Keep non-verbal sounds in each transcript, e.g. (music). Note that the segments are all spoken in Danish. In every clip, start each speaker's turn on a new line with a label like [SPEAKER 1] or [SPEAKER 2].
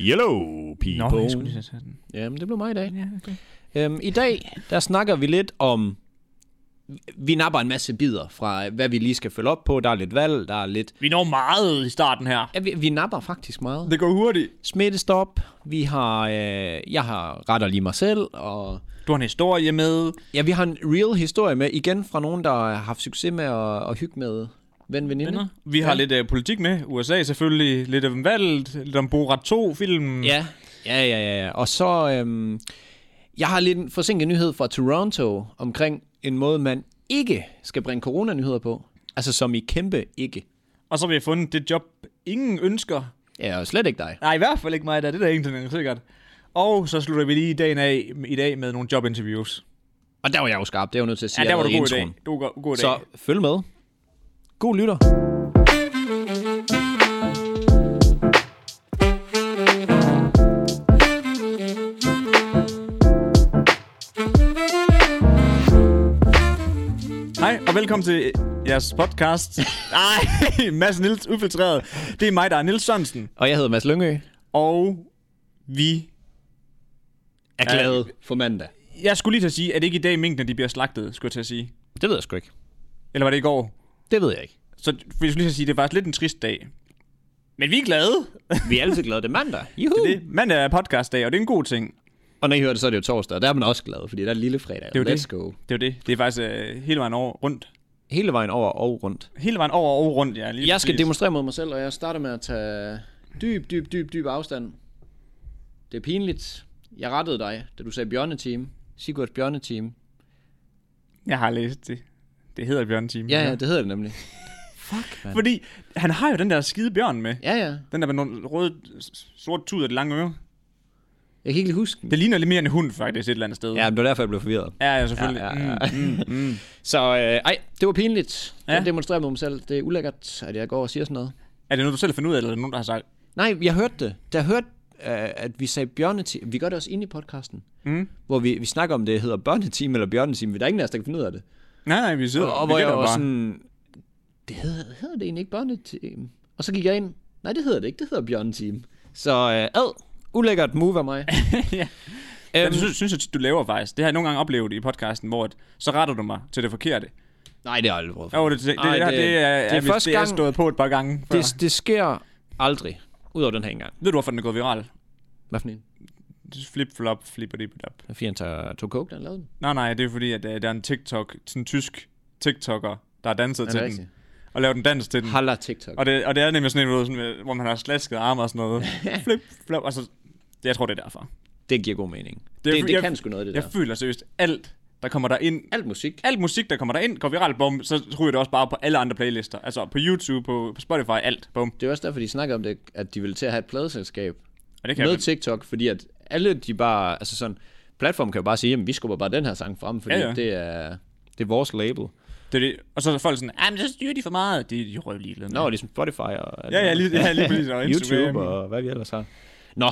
[SPEAKER 1] Yellow people.
[SPEAKER 2] Nå, jeg skulle lige tage den.
[SPEAKER 3] Jamen, det blev mig i dag.
[SPEAKER 2] Ja, okay.
[SPEAKER 3] Øhm, I dag, der snakker vi lidt om... Vi napper en masse bidder fra, hvad vi lige skal følge op på. Der er lidt valg, der er lidt...
[SPEAKER 2] Vi når meget i starten her.
[SPEAKER 3] Ja, vi, vi napper faktisk meget.
[SPEAKER 1] Det går hurtigt.
[SPEAKER 3] Smittestop. Vi har... Øh, jeg har retter lige mig selv, og...
[SPEAKER 2] Du har en historie med.
[SPEAKER 3] Ja, vi har en real historie med, igen fra nogen, der har haft succes med at, at hygge med ven veninder.
[SPEAKER 2] Vi har lidt øh, politik med. USA selvfølgelig. Lidt om valget. Lidt om Borat 2-filmen.
[SPEAKER 3] Ja, ja, ja, ja. ja. Og så, øhm, jeg har lidt en forsinket nyhed fra Toronto omkring en måde, man ikke skal bringe coronanyheder på. Altså som i kæmpe ikke.
[SPEAKER 2] Og så har vi fundet det job, ingen ønsker.
[SPEAKER 3] Ja, og slet ikke dig.
[SPEAKER 2] Nej, i hvert fald ikke mig, da. Det er da egentlig sikkert. Og så slutter vi lige dagen af i dag med nogle jobinterviews.
[SPEAKER 3] Og der var jeg jo skarp, det er jeg jo nødt til at sige
[SPEAKER 2] Ja, der var du
[SPEAKER 3] allerede
[SPEAKER 2] god
[SPEAKER 3] i
[SPEAKER 2] i dag.
[SPEAKER 3] introen.
[SPEAKER 2] Du var go- god i dag.
[SPEAKER 3] Så følg med. God lytter.
[SPEAKER 2] Hej, og velkommen til øh, jeres
[SPEAKER 3] (laughs)
[SPEAKER 2] podcast. Nej, Mads Nils Ufiltreret. Det er mig, der er Nils Sørensen.
[SPEAKER 3] Og jeg hedder Mads Lyngø.
[SPEAKER 2] Og vi...
[SPEAKER 3] Er glad for mandag.
[SPEAKER 2] Jeg skulle lige til at sige, at det ikke i dag minkene de bliver slagtet, skulle jeg til at sige.
[SPEAKER 3] Det ved jeg sgu ikke.
[SPEAKER 2] Eller var det i går?
[SPEAKER 3] Det ved jeg ikke.
[SPEAKER 2] Så vi skulle lige til at sige, at det er faktisk lidt en trist dag. Men vi er glade.
[SPEAKER 3] Vi er altid glade. Det er mandag. Juhu.
[SPEAKER 2] Det er det. Mandag er podcastdag, og det er en god ting.
[SPEAKER 3] Og når I hører det, så er det jo torsdag. og Der er man også glad, fordi der er lille fredag.
[SPEAKER 2] er jo
[SPEAKER 3] Let's
[SPEAKER 2] det.
[SPEAKER 3] go.
[SPEAKER 2] Det er jo det. Det er faktisk øh, hele vejen over rundt.
[SPEAKER 3] Hele vejen over og rundt.
[SPEAKER 2] Hele vejen over og rundt, ja. Lige
[SPEAKER 3] Jeg skal
[SPEAKER 2] præcis.
[SPEAKER 3] demonstrere mod mig selv, og jeg starter med at tage dyb, dyb, dyb, dyb afstand. Det er pinligt. Jeg rettede dig, da du sagde bjørneteam. Sigurds bjørneteam.
[SPEAKER 2] Jeg har læst det. Det hedder Bjørn Team.
[SPEAKER 3] Ja, ja, det hedder det nemlig.
[SPEAKER 2] Fordi han har jo den der skide bjørn med.
[SPEAKER 3] Ja, ja.
[SPEAKER 2] Den der med nogle røde, s- sort tud og det lange øre.
[SPEAKER 3] Mm. Jeg kan ikke lige huske den.
[SPEAKER 2] Det ligner lidt mere en hund, faktisk, et eller andet sted.
[SPEAKER 3] Ja, men det var derfor, jeg blev forvirret.
[SPEAKER 2] ja, ja selvfølgelig.
[SPEAKER 3] Ja, ja,
[SPEAKER 2] Mm, mm, mm.
[SPEAKER 3] Så øh, ej, det var pinligt. Jeg
[SPEAKER 2] Ja.
[SPEAKER 3] demonstrerer mod mig selv. Det er ulækkert, at jeg går og siger sådan noget.
[SPEAKER 2] Er det noget, du selv har fundet ud af, eller er det nogen, der har sagt?
[SPEAKER 3] Nej, jeg hørte det. Da jeg hørte, øh, at vi sagde bjørneteam. Vi gør det også inde i podcasten.
[SPEAKER 2] Mm.
[SPEAKER 3] Hvor vi, vi snakker om, det hedder børneteam eller bjørneteam. Der er ingen af os, der kan finde ud af det.
[SPEAKER 2] Nej, nej, vi sidder.
[SPEAKER 3] Og, og
[SPEAKER 2] vi
[SPEAKER 3] hvor jeg
[SPEAKER 2] gætter
[SPEAKER 3] var
[SPEAKER 2] bare.
[SPEAKER 3] sådan, det hedder, hedder det egentlig ikke børneteam? Og så gik jeg ind, nej det hedder det ikke, det hedder bjørneteam. Så øh, ad, ulækkert move af mig.
[SPEAKER 2] Ja.
[SPEAKER 3] Øhm,
[SPEAKER 2] Det synes, synes jeg, tit, du laver faktisk. Det har jeg nogle gange oplevet i podcasten, hvor at, så retter du mig til det forkerte.
[SPEAKER 3] nej, det har jeg aldrig prøvet. før.
[SPEAKER 2] Jo, det, det, det,
[SPEAKER 3] Ej,
[SPEAKER 2] det, det, det, er,
[SPEAKER 3] det
[SPEAKER 2] det
[SPEAKER 3] er
[SPEAKER 2] er, vist-
[SPEAKER 3] første
[SPEAKER 2] det er
[SPEAKER 3] gang-
[SPEAKER 2] stået på et par gange før.
[SPEAKER 3] Det, det sker aldrig, udover den her engang.
[SPEAKER 2] Ved du, hvorfor den er gået viral?
[SPEAKER 3] Hvad for en?
[SPEAKER 2] Flip-flop, flipper-dip-dop.
[SPEAKER 3] Fordi han tager to coke, der lavede den.
[SPEAKER 2] Nej, nej, det er fordi, at øh, der er en TikTok, sådan en tysk TikToker, der har danset
[SPEAKER 3] Er
[SPEAKER 2] til
[SPEAKER 3] det
[SPEAKER 2] den,
[SPEAKER 3] rigtigt?
[SPEAKER 2] og lavet en dans til den.
[SPEAKER 3] Halla TikTok.
[SPEAKER 2] Og det, og det er nemlig sådan en, du ved, sådan, øh, hvor man har slasket arme og sådan
[SPEAKER 3] (laughs)
[SPEAKER 2] noget. Flip, flop, og så... Det, jeg tror, det er derfor.
[SPEAKER 3] Det giver god mening.
[SPEAKER 2] er
[SPEAKER 3] Det, det,
[SPEAKER 2] fordi,
[SPEAKER 3] det
[SPEAKER 2] jeg-
[SPEAKER 3] kan sgu noget, det
[SPEAKER 2] Jeg
[SPEAKER 3] der.
[SPEAKER 2] føler seriøst, alt, der kommer der ind,
[SPEAKER 3] Alt musik.
[SPEAKER 2] alt musik, der kommer der ind, går viralt, bum, så ryger det også bare på alle andre playlister. Altså på YouTube, på, på Spotify, alt, bum.
[SPEAKER 3] Det er også derfor, de snakker om det, at de vil til at have et pladeselskab
[SPEAKER 2] Og det kan
[SPEAKER 3] med
[SPEAKER 2] jeg,
[SPEAKER 3] TikTok, fordi at alle de bare, altså sådan, platformen kan jo bare sige, jamen vi skubber bare den her sang frem, fordi
[SPEAKER 2] Ja,
[SPEAKER 3] ja,
[SPEAKER 2] ja.
[SPEAKER 3] ja. det er, det er vores label.
[SPEAKER 2] det, er det. Og så er folk sådan, ah, men så styrer de for meget. De, de røver lige lidt.
[SPEAKER 3] Nå, ligesom Spotify og...
[SPEAKER 2] Ja, ja, lige, ja, lige præcis. Og
[SPEAKER 3] (laughs)
[SPEAKER 2] Instagram.
[SPEAKER 3] YouTube og hvad vi ellers har. Nå,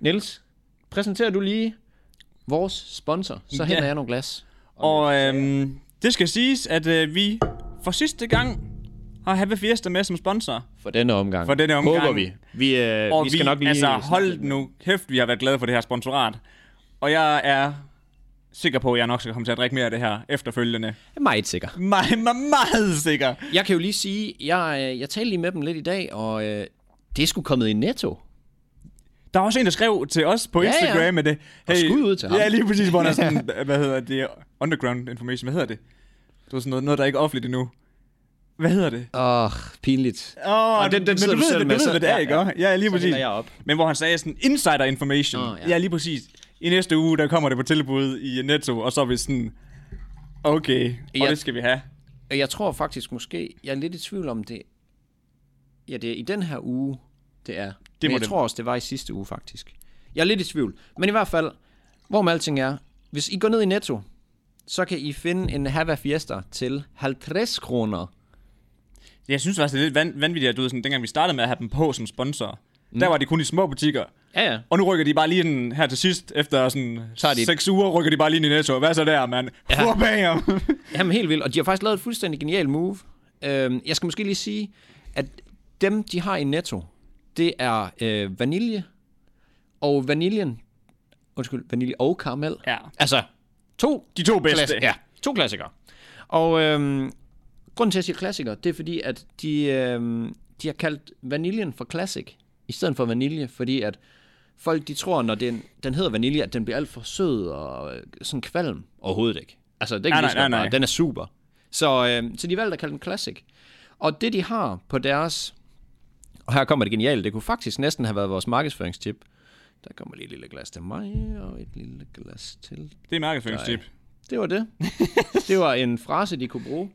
[SPEAKER 3] Niels, præsenterer du lige vores sponsor, så henter
[SPEAKER 2] Ja.
[SPEAKER 3] jeg nogle glas.
[SPEAKER 2] Og øhm, det skal siges, at øh, vi for sidste gang har Happy Fiesta med som sponsor.
[SPEAKER 3] For denne omgang.
[SPEAKER 2] For denne omgang.
[SPEAKER 3] Håber vi. Vi, øh,
[SPEAKER 2] Og
[SPEAKER 3] vi skal nok lige...
[SPEAKER 2] altså
[SPEAKER 3] snakke lidt
[SPEAKER 2] hold
[SPEAKER 3] med-
[SPEAKER 2] nu kæft, vi har været glade for det her sponsorat. Og jeg er sikker på, at jeg nok skal komme til at drikke mere af det her efterfølgende.
[SPEAKER 3] Jeg er meget sikker.
[SPEAKER 2] Meget, meget, meget sikker.
[SPEAKER 3] Jeg kan jo lige sige, jeg, øh, jeg talte lige med dem lidt i dag, og øh, det er sgu kommet i netto.
[SPEAKER 2] Der er også en, der skrev til os på
[SPEAKER 3] Ja,
[SPEAKER 2] Instagram
[SPEAKER 3] ja.
[SPEAKER 2] med det. Hey,
[SPEAKER 3] skud ud til ham.
[SPEAKER 2] Ja, lige præcis, hvor der er
[SPEAKER 3] (laughs)
[SPEAKER 2] sådan, hvad hedder det, underground information, hvad hedder det? Det var sådan noget, noget der er ikke er offentligt endnu. Hvad hedder det?
[SPEAKER 3] Åh, pinligt.
[SPEAKER 2] Åh, oh,
[SPEAKER 3] den- den
[SPEAKER 2] men
[SPEAKER 3] sidder
[SPEAKER 2] du
[SPEAKER 3] du
[SPEAKER 2] ved,
[SPEAKER 3] selv
[SPEAKER 2] det,
[SPEAKER 3] med,
[SPEAKER 2] du ved,
[SPEAKER 3] så-
[SPEAKER 2] hvad det er,
[SPEAKER 3] ja,
[SPEAKER 2] ikke?
[SPEAKER 3] ja.
[SPEAKER 2] Ja, ja lige
[SPEAKER 3] Så
[SPEAKER 2] præcis.
[SPEAKER 3] hælder jeg op.
[SPEAKER 2] Men hvor han sagde sådan, insider information.
[SPEAKER 3] Nå,
[SPEAKER 2] ja.
[SPEAKER 3] ja.
[SPEAKER 2] lige præcis. I næste uge, der kommer det på tilbud i Netto, og så er vi sådan, okay, og
[SPEAKER 3] Ja.
[SPEAKER 2] det skal vi have.
[SPEAKER 3] Og Øh, Jeg tror faktisk måske, jeg er lidt i tvivl om det. Ja, det er i den her uge, det er. Det Men
[SPEAKER 2] må
[SPEAKER 3] jeg
[SPEAKER 2] det-
[SPEAKER 3] tror også, det var i sidste uge faktisk. Jeg er lidt i tvivl. Men i hvert fald, hvor med alting er, hvis I går ned i Netto, så kan I finde en Hava Fiesta til 50 kroner.
[SPEAKER 2] Jeg synes faktisk, det er lidt van- vanvittigt, at du ved, sådan, dengang vi startede med at have dem på som sponsor, mm. der var det kun i små butikker.
[SPEAKER 3] Ja, ja.
[SPEAKER 2] Og nu rykker de bare lige den her til sidst, efter sådan
[SPEAKER 3] Tager de-
[SPEAKER 2] seks uger, rykker de bare lige ind i Netto. Hvad så der, mand? Ja. Hvor bam!
[SPEAKER 3] Jamen helt vildt, og de har faktisk lavet et fuldstændig genialt move. Øhm, jeg skal måske lige sige, at dem, de har i Netto, det er øh, vanilje, og vaniljen. Undskyld, vanilje og karamel.
[SPEAKER 2] Ja.
[SPEAKER 3] Altså, to
[SPEAKER 2] (laughs) De to bedste.
[SPEAKER 3] Klassi- ja, to klassikere. Og øhm, grunden til, at jeg siger klassiker, det er fordi, at de, øhm, de har kaldt vaniljen for classic, i stedet for vanilje, fordi at folk de tror, når den, den hedder vanilje, at den bliver alt for sød og øh, sådan kvalm. Overhovedet ikke. Altså, det kan
[SPEAKER 2] Nej,
[SPEAKER 3] nej,
[SPEAKER 2] nej,
[SPEAKER 3] nej,
[SPEAKER 2] nej, nej.
[SPEAKER 3] Den er super. Så, øhm, så de valgte at kalde den classic. Og det, de har på deres... Og her kommer det geniale. Det kunne faktisk næsten have været vores markedsføringstip. Der kommer lige et lille glas til mig, og et lille glas til
[SPEAKER 2] Det er markedsføringstip.
[SPEAKER 3] det
[SPEAKER 2] (laughs)
[SPEAKER 3] var det. det var en frase, de kunne bruge.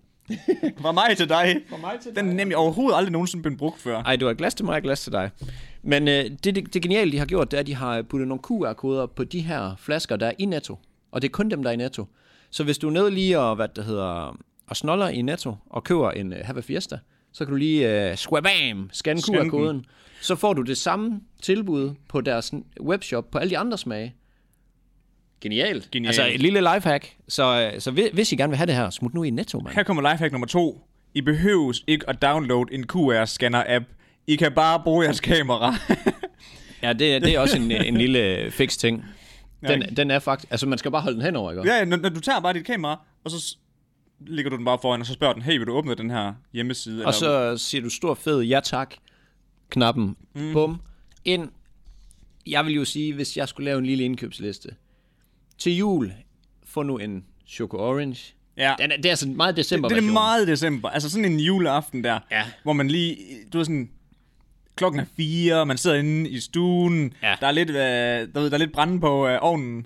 [SPEAKER 2] Fra mig til dig. Fra mig til dig. Den er nemlig overhovedet aldrig nogensinde blevet brugt før.
[SPEAKER 3] Ej, det var et glas til mig og et glas til dig. Men øh, det, det, det geniale, de har gjort, det er, at de har puttet nogle QR-koder på de her flasker, der er i Netto. Og det er kun dem, der er i Netto. Så hvis du er nede lige og, hvad det hedder, og snoller i Netto og køber en øh, Have a Fiesta, så kan du lige øh, squabam, scanne
[SPEAKER 2] Scan den.
[SPEAKER 3] QR-koden. Så får du det samme tilbud på deres webshop på alle de andre smage. Genialt.
[SPEAKER 2] Genialt.
[SPEAKER 3] Altså et lille lifehack. Så, øh, så hvis, hvis I gerne vil have det her, smut nu i Netto, mand.
[SPEAKER 2] Her kommer lifehack nummer to. I behøves ikke at downloade en QR-scanner-app. I kan bare bruge jeres kamera.
[SPEAKER 3] Ja, det, det er også en, en lille fix ting. Den,
[SPEAKER 2] ikke?
[SPEAKER 3] den er faktisk... Altså, man skal bare holde den henover, ikke?
[SPEAKER 2] (laughs) ja, når, når du tager bare dit kamera, og så s- lægger du den bare foran, og så spørger den, hey, vil du åbne den her hjemmeside?
[SPEAKER 3] Og så siger du stor fed ja tak-knappen. Mm. Bum. Ind. Jeg vil jo sige, hvis jeg skulle lave en lille indkøbsliste. Til jul, få nu en Choco Orange.
[SPEAKER 2] Ja.
[SPEAKER 3] Den er, det er altså meget december
[SPEAKER 2] Det er det meget december. Altså sådan en juleaften der,
[SPEAKER 3] Ja.
[SPEAKER 2] hvor man lige, du er sådan, klokken er fire, man sidder inde i stuen,
[SPEAKER 3] Ja.
[SPEAKER 2] der er lidt, øh, der, ved, der er lidt brænde på øh, ovnen.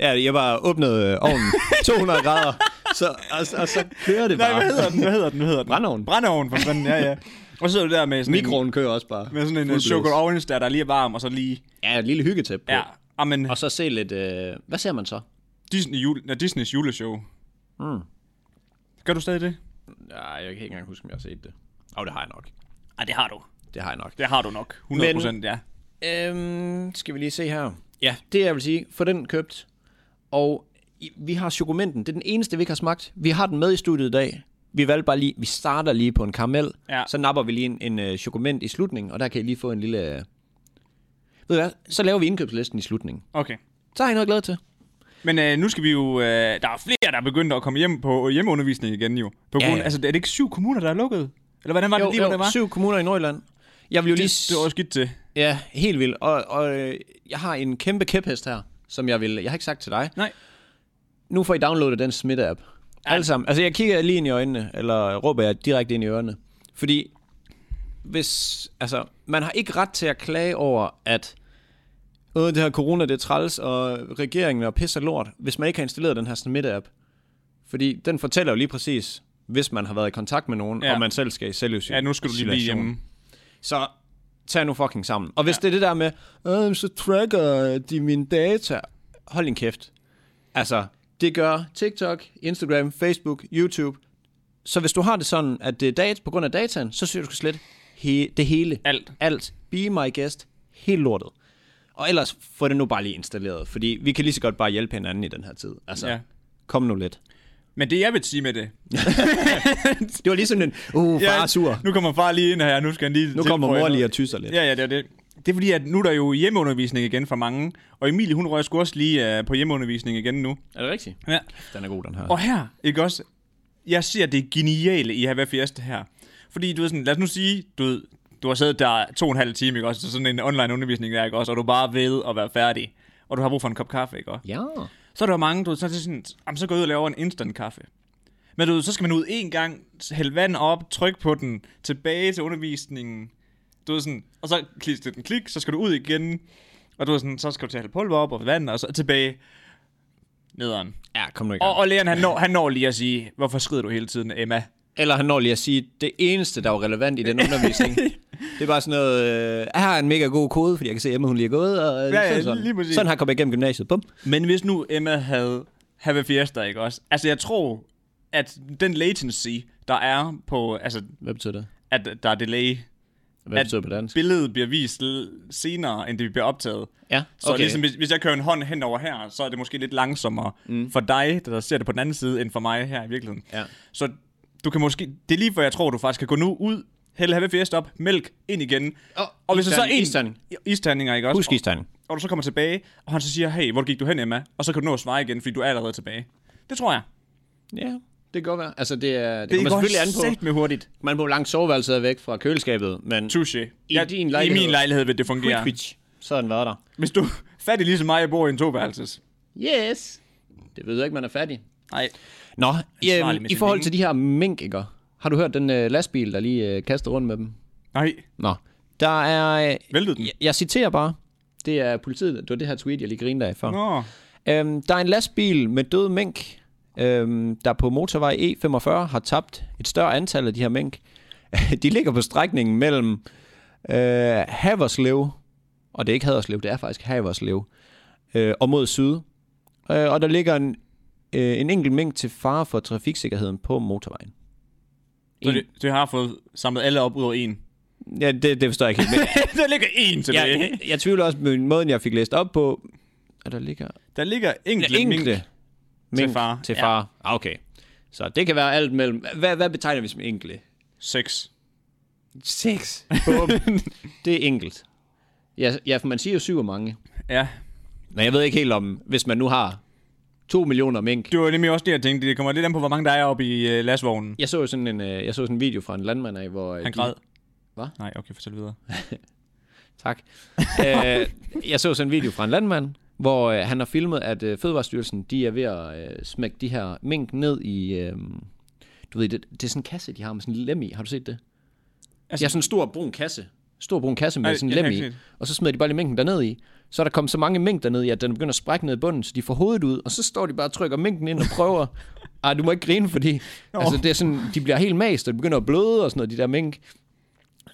[SPEAKER 3] Ja, jeg bare åbnede øh, (laughs) ovnen 200 grader, så, og, og så kører det
[SPEAKER 2] Nej,
[SPEAKER 3] bare.
[SPEAKER 2] hvad hedder den? Hvad hedder den? Hvad hedder den?
[SPEAKER 3] Ah. Brændeovn.
[SPEAKER 2] Brændeovn for fanden, ja, ja. Og så sidder du der med sådan en,
[SPEAKER 3] Mikroen kører også bare.
[SPEAKER 2] med sådan en
[SPEAKER 3] Fuld
[SPEAKER 2] øh,
[SPEAKER 3] blæs.
[SPEAKER 2] choco orange der, der lige er varm, og så lige,
[SPEAKER 3] Ja, et lille hyggetæp på.
[SPEAKER 2] ja, amen,
[SPEAKER 3] Og så se lidt... Øh, hvad ser man så?
[SPEAKER 2] Disney jule, ja, Disneys juleshow. Mm. Gør du stadig det?
[SPEAKER 3] Ja, jeg kan ikke engang huske, om jeg har set det. Og det har jeg nok.
[SPEAKER 2] Nej, det har du.
[SPEAKER 3] Det har jeg nok.
[SPEAKER 2] Det har du nok. 100 procent, ja.
[SPEAKER 3] Øhm, skal vi lige se her. Ja, det jeg vil sige, få den købt. Og i- vi har chokomenten. Det er den eneste, vi ikke har smagt. Vi har den med i studiet i dag. Vi valgte bare lige, vi starter lige på en karamel.
[SPEAKER 2] Ja.
[SPEAKER 3] Så napper vi lige en, en øh, chokoment i slutningen, og der kan I lige få en lille... Øh... Ved du hvad? Så laver vi indkøbslisten i slutningen.
[SPEAKER 2] Okay.
[SPEAKER 3] Så har I noget glæde til.
[SPEAKER 2] Men øh, nu skal vi jo... Øh, der er flere, der er begyndt at komme hjem på hjemmeundervisning igen jo. På
[SPEAKER 3] Ja,
[SPEAKER 2] grund, ja,
[SPEAKER 3] ja.
[SPEAKER 2] Altså, er det ikke syv kommuner, der er lukket? Eller hvordan var det lige, hvor det var?
[SPEAKER 3] syv kommuner i Nordjylland. Jeg vil jo lige...
[SPEAKER 2] Det, det var også skidt til.
[SPEAKER 3] Ja, helt vildt. Og, og øh, jeg har en kæmpe kæphest her, som jeg vil... Jeg har ikke sagt til dig.
[SPEAKER 2] Nej.
[SPEAKER 3] nu får I downloadet den smitte-app. Alle sammen. Altså, jeg kigger lige ind i øjnene, eller råber jeg direkte ind i ørerne. Fordi, hvis, altså, man har ikke ret til at klage over, at øh, det her corona, det er træls, og regeringen er pisser lort, hvis man ikke har installeret den her smitte-app. Fordi den fortæller jo lige præcis, hvis man har været i kontakt med nogen,
[SPEAKER 2] Ja.
[SPEAKER 3] og man selv skal i selvisolation.
[SPEAKER 2] Ja, nu skal du lige blive hjemme.
[SPEAKER 3] Så tag nu fucking sammen. Og hvis ja. det er det der med, "Øh, så tracker de mine data. Hold din kæft. Altså, det gør TikTok, Instagram, Facebook, YouTube. Så hvis du har det sådan, at det er data, på grund af dataen, så synes du slet he- det hele.
[SPEAKER 2] Alt.
[SPEAKER 3] Alt. Be my guest. Helt lortet. Og ellers få det nu bare lige installeret, fordi vi kan lige så godt bare hjælpe hinanden i den her tid. Altså, ja.
[SPEAKER 2] Ja.
[SPEAKER 3] kom nu lidt.
[SPEAKER 2] Men det, jeg vil sige med det...
[SPEAKER 3] Det var lige sådan en, uh, far er sur.
[SPEAKER 2] Nu kommer far lige ind her, nu skal han lige...
[SPEAKER 3] Nu kommer
[SPEAKER 2] tilføje
[SPEAKER 3] mor lige
[SPEAKER 2] noget.
[SPEAKER 3] og tyser lidt.
[SPEAKER 2] Ja, ja, det er det. Det er fordi, at nu er der jo hjemmeundervisning igen for mange. Og Emilie, hun rører sgu også lige øh, på hjemmeundervisning igen nu.
[SPEAKER 3] Er det rigtigt?
[SPEAKER 2] Ja.
[SPEAKER 3] Den er god, den her.
[SPEAKER 2] Og her, ikke også? Jeg ser det geniale i Hava Fiesta her. Fordi du ved sådan, lad os nu sige, du ved, du har siddet der to og en halv time, ikke også? til Sådan en online undervisning der, ikke også? Og du er bare ved at være færdig. Og du har brug for en kop kaffe, ikke også?
[SPEAKER 3] Ja.
[SPEAKER 2] Så er der jo mange, du ved, så er det sådan, jamen, så går jeg ud og laver en instant kaffe. Men du ved, så skal man ud en gang, hælde vand op, trykke på den, tilbage til undervisningen. Du ved sådan, og så klister den klik, så skal du ud igen. Og du ved sådan, så skal du til at hælde pulver op og vand, og så tilbage nederen.
[SPEAKER 3] Ja, kom nu i gang.
[SPEAKER 2] Og, og læreren, han når, han når lige at sige, hvorfor skrider du hele tiden, Emma?
[SPEAKER 3] Eller han når lige at sige, det eneste, der var relevant i den
[SPEAKER 2] (laughs)
[SPEAKER 3] undervisning, det var sådan noget, øh, jeg har en mega god kode, fordi jeg kan se, at Emma hun lige er gået, og øh,
[SPEAKER 2] Ja, ja,
[SPEAKER 3] sådan, sådan.
[SPEAKER 2] lige præcis.
[SPEAKER 3] sådan har jeg kommet igennem gymnasiet. Bum.
[SPEAKER 2] Men hvis nu Emma havde have Fiesta, ikke også? Altså, jeg tror, at den latency, der er på, altså,
[SPEAKER 3] Hvad betyder det?
[SPEAKER 2] at der er delay,
[SPEAKER 3] Hvad
[SPEAKER 2] At-
[SPEAKER 3] betyder det på dansk?
[SPEAKER 2] billedet bliver vist l- senere, end det bliver optaget.
[SPEAKER 3] Ja,
[SPEAKER 2] Så okay. ligesom, hvis, hvis jeg kører en hånd hen over her, så er det måske lidt langsommere mm. for dig, der ser det på den anden side, end for mig her i virkeligheden.
[SPEAKER 3] Ja.
[SPEAKER 2] Så du kan måske, det er lige før jeg tror, du faktisk kan gå nu ud hælde HVFS op, mælk, ind igen.
[SPEAKER 3] Og
[SPEAKER 2] og hvis der så er
[SPEAKER 3] isterning,
[SPEAKER 2] en...
[SPEAKER 3] isterning.
[SPEAKER 2] Isterninger, ikke også?
[SPEAKER 3] Husk isterning.
[SPEAKER 2] Og, og du så kommer tilbage, og han så siger, hey, hvor gik du hen, Emma? Og så kan du nå at svare igen, fordi du er allerede tilbage. Det tror jeg.
[SPEAKER 3] Ja, det kan godt være. Altså, det, er,
[SPEAKER 2] Det
[SPEAKER 3] det, det kommer
[SPEAKER 2] går
[SPEAKER 3] selvfølgelig an på,
[SPEAKER 2] med hurtigt.
[SPEAKER 3] man på hvor langt soveværelset er væk fra køleskabet, men
[SPEAKER 2] Touché.
[SPEAKER 3] I din
[SPEAKER 2] I
[SPEAKER 3] lejlighed.
[SPEAKER 2] min lejlighed vil det fungere.
[SPEAKER 3] Twitch, så har den været der.
[SPEAKER 2] Hvis du (laughs) er fattig ligesom mig, jeg bor i en toværelses.
[SPEAKER 3] Yes. Det ved jeg ikke, man er fattig.
[SPEAKER 2] Nej.
[SPEAKER 3] Nå,
[SPEAKER 2] Ansvarlig
[SPEAKER 3] øhm,
[SPEAKER 2] med
[SPEAKER 3] i
[SPEAKER 2] sine
[SPEAKER 3] forhold
[SPEAKER 2] penge.
[SPEAKER 3] til de her mink, ikke? Har du hørt den øh, lastbil, der lige øh, kastede rundt med dem?
[SPEAKER 2] Nej.
[SPEAKER 3] Nå, der er... Øh,
[SPEAKER 2] Væltede den?
[SPEAKER 3] jeg, jeg citerer bare. Det er politiet. Det var det her tweet, jeg lige grinede af før.
[SPEAKER 2] Nå.
[SPEAKER 3] Øhm, der er en lastbil med døde mink, øhm, der på motorvej E45 har tabt et større antal af de her mink. (laughs) de ligger på strækningen mellem øh, Haverslev, og det er ikke Haderslev, det er faktisk Haverslev, øh, og mod syd. Øh, og der ligger en, øh, en enkelt mink til fare for trafiksikkerheden på motorvejen.
[SPEAKER 2] Så
[SPEAKER 3] En.
[SPEAKER 2] det, det har fået samlet alle op ud over
[SPEAKER 3] (laughs)
[SPEAKER 2] en.
[SPEAKER 3] Ja, det, det forstår jeg ikke (laughs) helt. Men
[SPEAKER 2] der ligger en tilbage.
[SPEAKER 3] jeg, jeg tvivler også med måden, jeg fik læst op på, at der ligger
[SPEAKER 2] Der ligger enkelte,
[SPEAKER 3] Enkelte, enkelte
[SPEAKER 2] mink.
[SPEAKER 3] mink
[SPEAKER 2] til fare.
[SPEAKER 3] Til
[SPEAKER 2] Ja.
[SPEAKER 3] far. Ja. Okay. Så det kan være alt mellem... Hvad, hvad betegner vi som enkle?
[SPEAKER 2] Seks.
[SPEAKER 3] Seks.
[SPEAKER 2] (laughs)
[SPEAKER 3] det er enkelt. Ja, ja, for man siger jo syv og mange.
[SPEAKER 2] Ja.
[SPEAKER 3] Men jeg ved ikke helt om, hvis man nu har to millioner mink.
[SPEAKER 2] Det var nemlig også det, jeg tænkte. Det kommer lidt an på, hvor mange der er oppe i uh, lastvognen.
[SPEAKER 3] Jeg så jo sådan en, øh, jeg så sådan en video fra en landmand af, hvor... øh,
[SPEAKER 2] Han
[SPEAKER 3] de-
[SPEAKER 2] græd.
[SPEAKER 3] Hvad?
[SPEAKER 2] Nej, okay, fortæl videre.
[SPEAKER 3] Tak. (laughs) øh, jeg så sådan en video fra en landmand, hvor øh, han har filmet, at øh, Fødevarestyrelsen, de er ved at øh, smække de her mink ned i... Øh, du ved, det, det er sådan en kasse, de har med sådan en lem i. Har du set det? Altså,
[SPEAKER 2] Altså-
[SPEAKER 3] de har sådan en stor brun kasse. Stor brun kasse med
[SPEAKER 2] Ej,
[SPEAKER 3] sådan
[SPEAKER 2] jeg kan
[SPEAKER 3] en lem
[SPEAKER 2] ikke
[SPEAKER 3] i.
[SPEAKER 2] se
[SPEAKER 3] Og så smider de bare lige mængden derned i. Så er der kommet så mange mængder ned i, at den begynder at sprække ned i bunden, så de får hovedet ud, og så står de bare og trykker mængden ind og
[SPEAKER 2] (laughs)
[SPEAKER 3] prøver. Ej, du må ikke grine, fordi altså, det er sådan, de bliver helt mast, og de begynder at bløde og sådan noget, de der mink.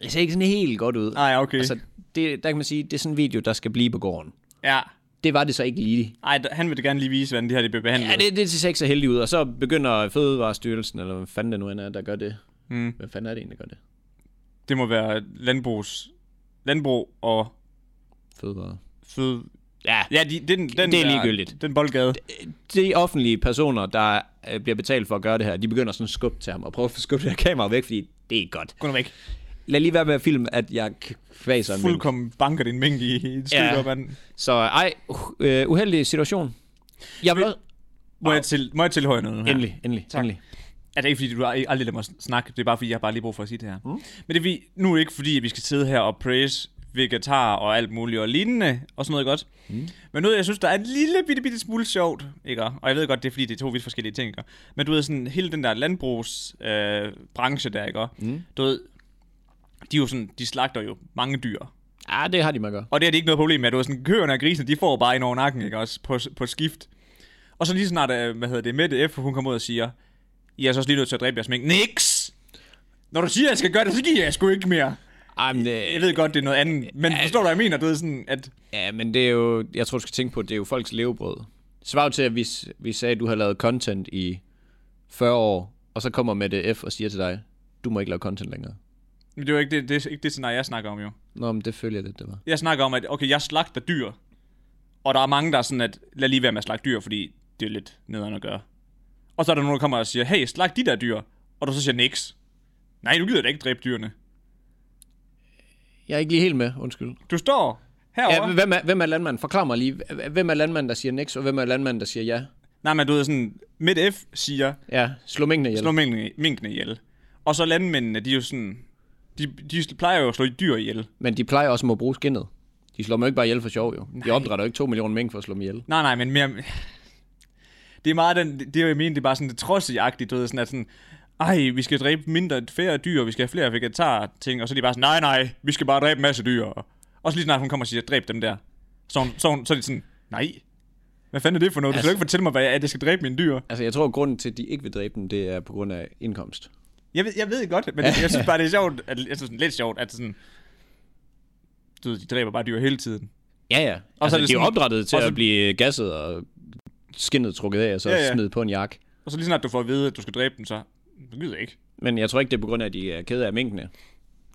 [SPEAKER 3] Det ser ikke sådan helt godt ud.
[SPEAKER 2] Nej, okay.
[SPEAKER 3] Altså, det, der kan man sige, det er sådan en video, der skal blive på gården.
[SPEAKER 2] Ja.
[SPEAKER 3] Det var det så ikke lige.
[SPEAKER 2] Ej, d- han vil gerne lige vise, hvordan det her det bliver behandlet.
[SPEAKER 3] Ja, det, det ser ikke så heldigt ud. Og så begynder Fødevarestyrelsen, eller hvad fanden det nu end er, der gør det.
[SPEAKER 2] Mm.
[SPEAKER 3] Hvad fanden er det egentlig, der gør det?
[SPEAKER 2] det må være landbrugs... Landbrug og
[SPEAKER 3] Fødevare.
[SPEAKER 2] føde...
[SPEAKER 3] Ja,
[SPEAKER 2] Ja, de, den, den,
[SPEAKER 3] Det er
[SPEAKER 2] der-
[SPEAKER 3] ligegyldigt.
[SPEAKER 2] Den boldgade.
[SPEAKER 3] de offentlige personer, der øh, bliver betalt for at gøre det her, de begynder sådan at skubbe til ham og prøve at skubbe det her kamera væk, fordi det er ikke godt.
[SPEAKER 2] Gå nu væk.
[SPEAKER 3] Lad lige være med at filme, at jeg kvaser en mink.
[SPEAKER 2] Fuldkommen banker din mink i, i et stykke
[SPEAKER 3] Ja.
[SPEAKER 2] op ad den.
[SPEAKER 3] Så ej, uh, øh, uheldig situation. Jeg vil også...
[SPEAKER 2] Må jeg, til, må jeg tilhøje noget nu her?
[SPEAKER 3] Endelig, endelig,
[SPEAKER 2] Tak.
[SPEAKER 3] endelig.
[SPEAKER 2] Er det ikke fordi, du har aldrig lader mig snakke? Det er bare fordi, jeg har bare lige brug for at sige det her. Mm. Men det er fordi, nu er det ikke fordi, at vi skal sidde her og praise vegetar og alt muligt og lignende og sådan noget godt. Mm. Men noget, jeg synes, der er en lille bitte, bitte smule sjovt, ikke? Og jeg ved godt, det er fordi, det er to vidt forskellige ting, ikke? Men du ved, sådan hele den der landbrugsbranche øh, branche der, ikke? Mm. Du ved, de, er jo sådan, de slagter jo mange dyr.
[SPEAKER 3] Ah, det har de med at gøre.
[SPEAKER 2] Og det er det ikke noget problem med. Du ved, sådan, køerne og grisene, de får bare en over nakken, ikke? Også på, på skift. Og så lige snart, øh, hvad hedder det, Mette F., hun kommer ud og siger, I er så også lige nødt til at dræbe jeres mink. Niks! Når du siger, at jeg skal gøre det, så giver jeg sgu ikke mere.
[SPEAKER 3] Ej, men, øh,
[SPEAKER 2] Jeg ved godt, det er noget andet, men forstår du, hvad jeg mener? Du ved sådan, at...
[SPEAKER 3] Ja, men det er jo, jeg tror, du skal tænke på, at det er jo folks levebrød. Svaret til, at vi, vi sagde, at du har lavet content i 40 år, og så kommer Mette F. og siger til dig, du må ikke lave content længere.
[SPEAKER 2] Men det er jo ikke det, det, er ikke det scenarie, jeg snakker om, jo.
[SPEAKER 3] Nå, men det følger det, det var.
[SPEAKER 2] Jeg snakker om, at okay, jeg slagter dyr. Og der er mange, der er sådan, at lad lige være med at slagte dyr, fordi det er lidt nederen at gøre. Og så er der nogen, der kommer og siger, hey, slag de der dyr. Og du så siger, niks. Nej, du gider da ikke dræbe dyrene.
[SPEAKER 3] Jeg er ikke lige helt med, undskyld.
[SPEAKER 2] Du står herovre.
[SPEAKER 3] Ja,
[SPEAKER 2] Ja,
[SPEAKER 3] hvem, er, hvem er landmanden? Forklar mig lige. Hvem er landmanden, der siger niks, og hvem er landmanden, der siger ja?
[SPEAKER 2] Nej, men du ved sådan, Midt F siger,
[SPEAKER 3] Ja, slå minkene ihjel.
[SPEAKER 2] slå minkene, minkene ihjel. Og så landmændene, de er jo sådan, de, de plejer jo at slå dyr ihjel.
[SPEAKER 3] Men de plejer også at må bruge skinnet. De slår dem jo ikke bare ihjel for sjov, jo. Nej. De opdrætter jo ikke to millioner mink for at slå dem ihjel.
[SPEAKER 2] Nej, nej, men mere... Det er meget den, det er jo, jeg mener, det er bare sådan det trodsigt du ved, sådan at sådan, ej, vi skal dræbe mindre færre dyr, vi skal have flere vegetar ting, og så er de bare sådan, nej, nej, vi skal bare dræbe en masse dyr. Og så lige snart hun kommer og siger, dræb dem der, så, hun, så, hun, så er de sådan, nej, hvad fanden er det for noget? Du skal
[SPEAKER 3] Altså-
[SPEAKER 2] jo ikke fortælle mig, hvad jeg, at jeg skal dræbe mine dyr.
[SPEAKER 3] Altså, jeg tror, at grunden til, at de ikke vil dræbe dem, det er på grund af indkomst.
[SPEAKER 2] Jeg ved, jeg ved det godt, men jeg, jeg synes bare, det er sjovt, at, jeg synes, sådan lidt sjovt, at sådan, du ved, de dræber bare dyr hele tiden.
[SPEAKER 3] Ja, ja. Og
[SPEAKER 2] Og så
[SPEAKER 3] altså,
[SPEAKER 2] er
[SPEAKER 3] så
[SPEAKER 2] det
[SPEAKER 3] de er
[SPEAKER 2] sådan-
[SPEAKER 3] opdrettet til
[SPEAKER 2] og så-
[SPEAKER 3] at blive øh, gasset og skinnet trukket af, og så
[SPEAKER 2] Ja,
[SPEAKER 3] ja,
[SPEAKER 2] ja.
[SPEAKER 3] ja. smidt på en jakke.
[SPEAKER 2] Og så lige snart du får at vide, at du skal dræbe dem, så du gider jeg ikke.
[SPEAKER 3] Men jeg tror ikke, det er på grund af, at de er kede af minkene.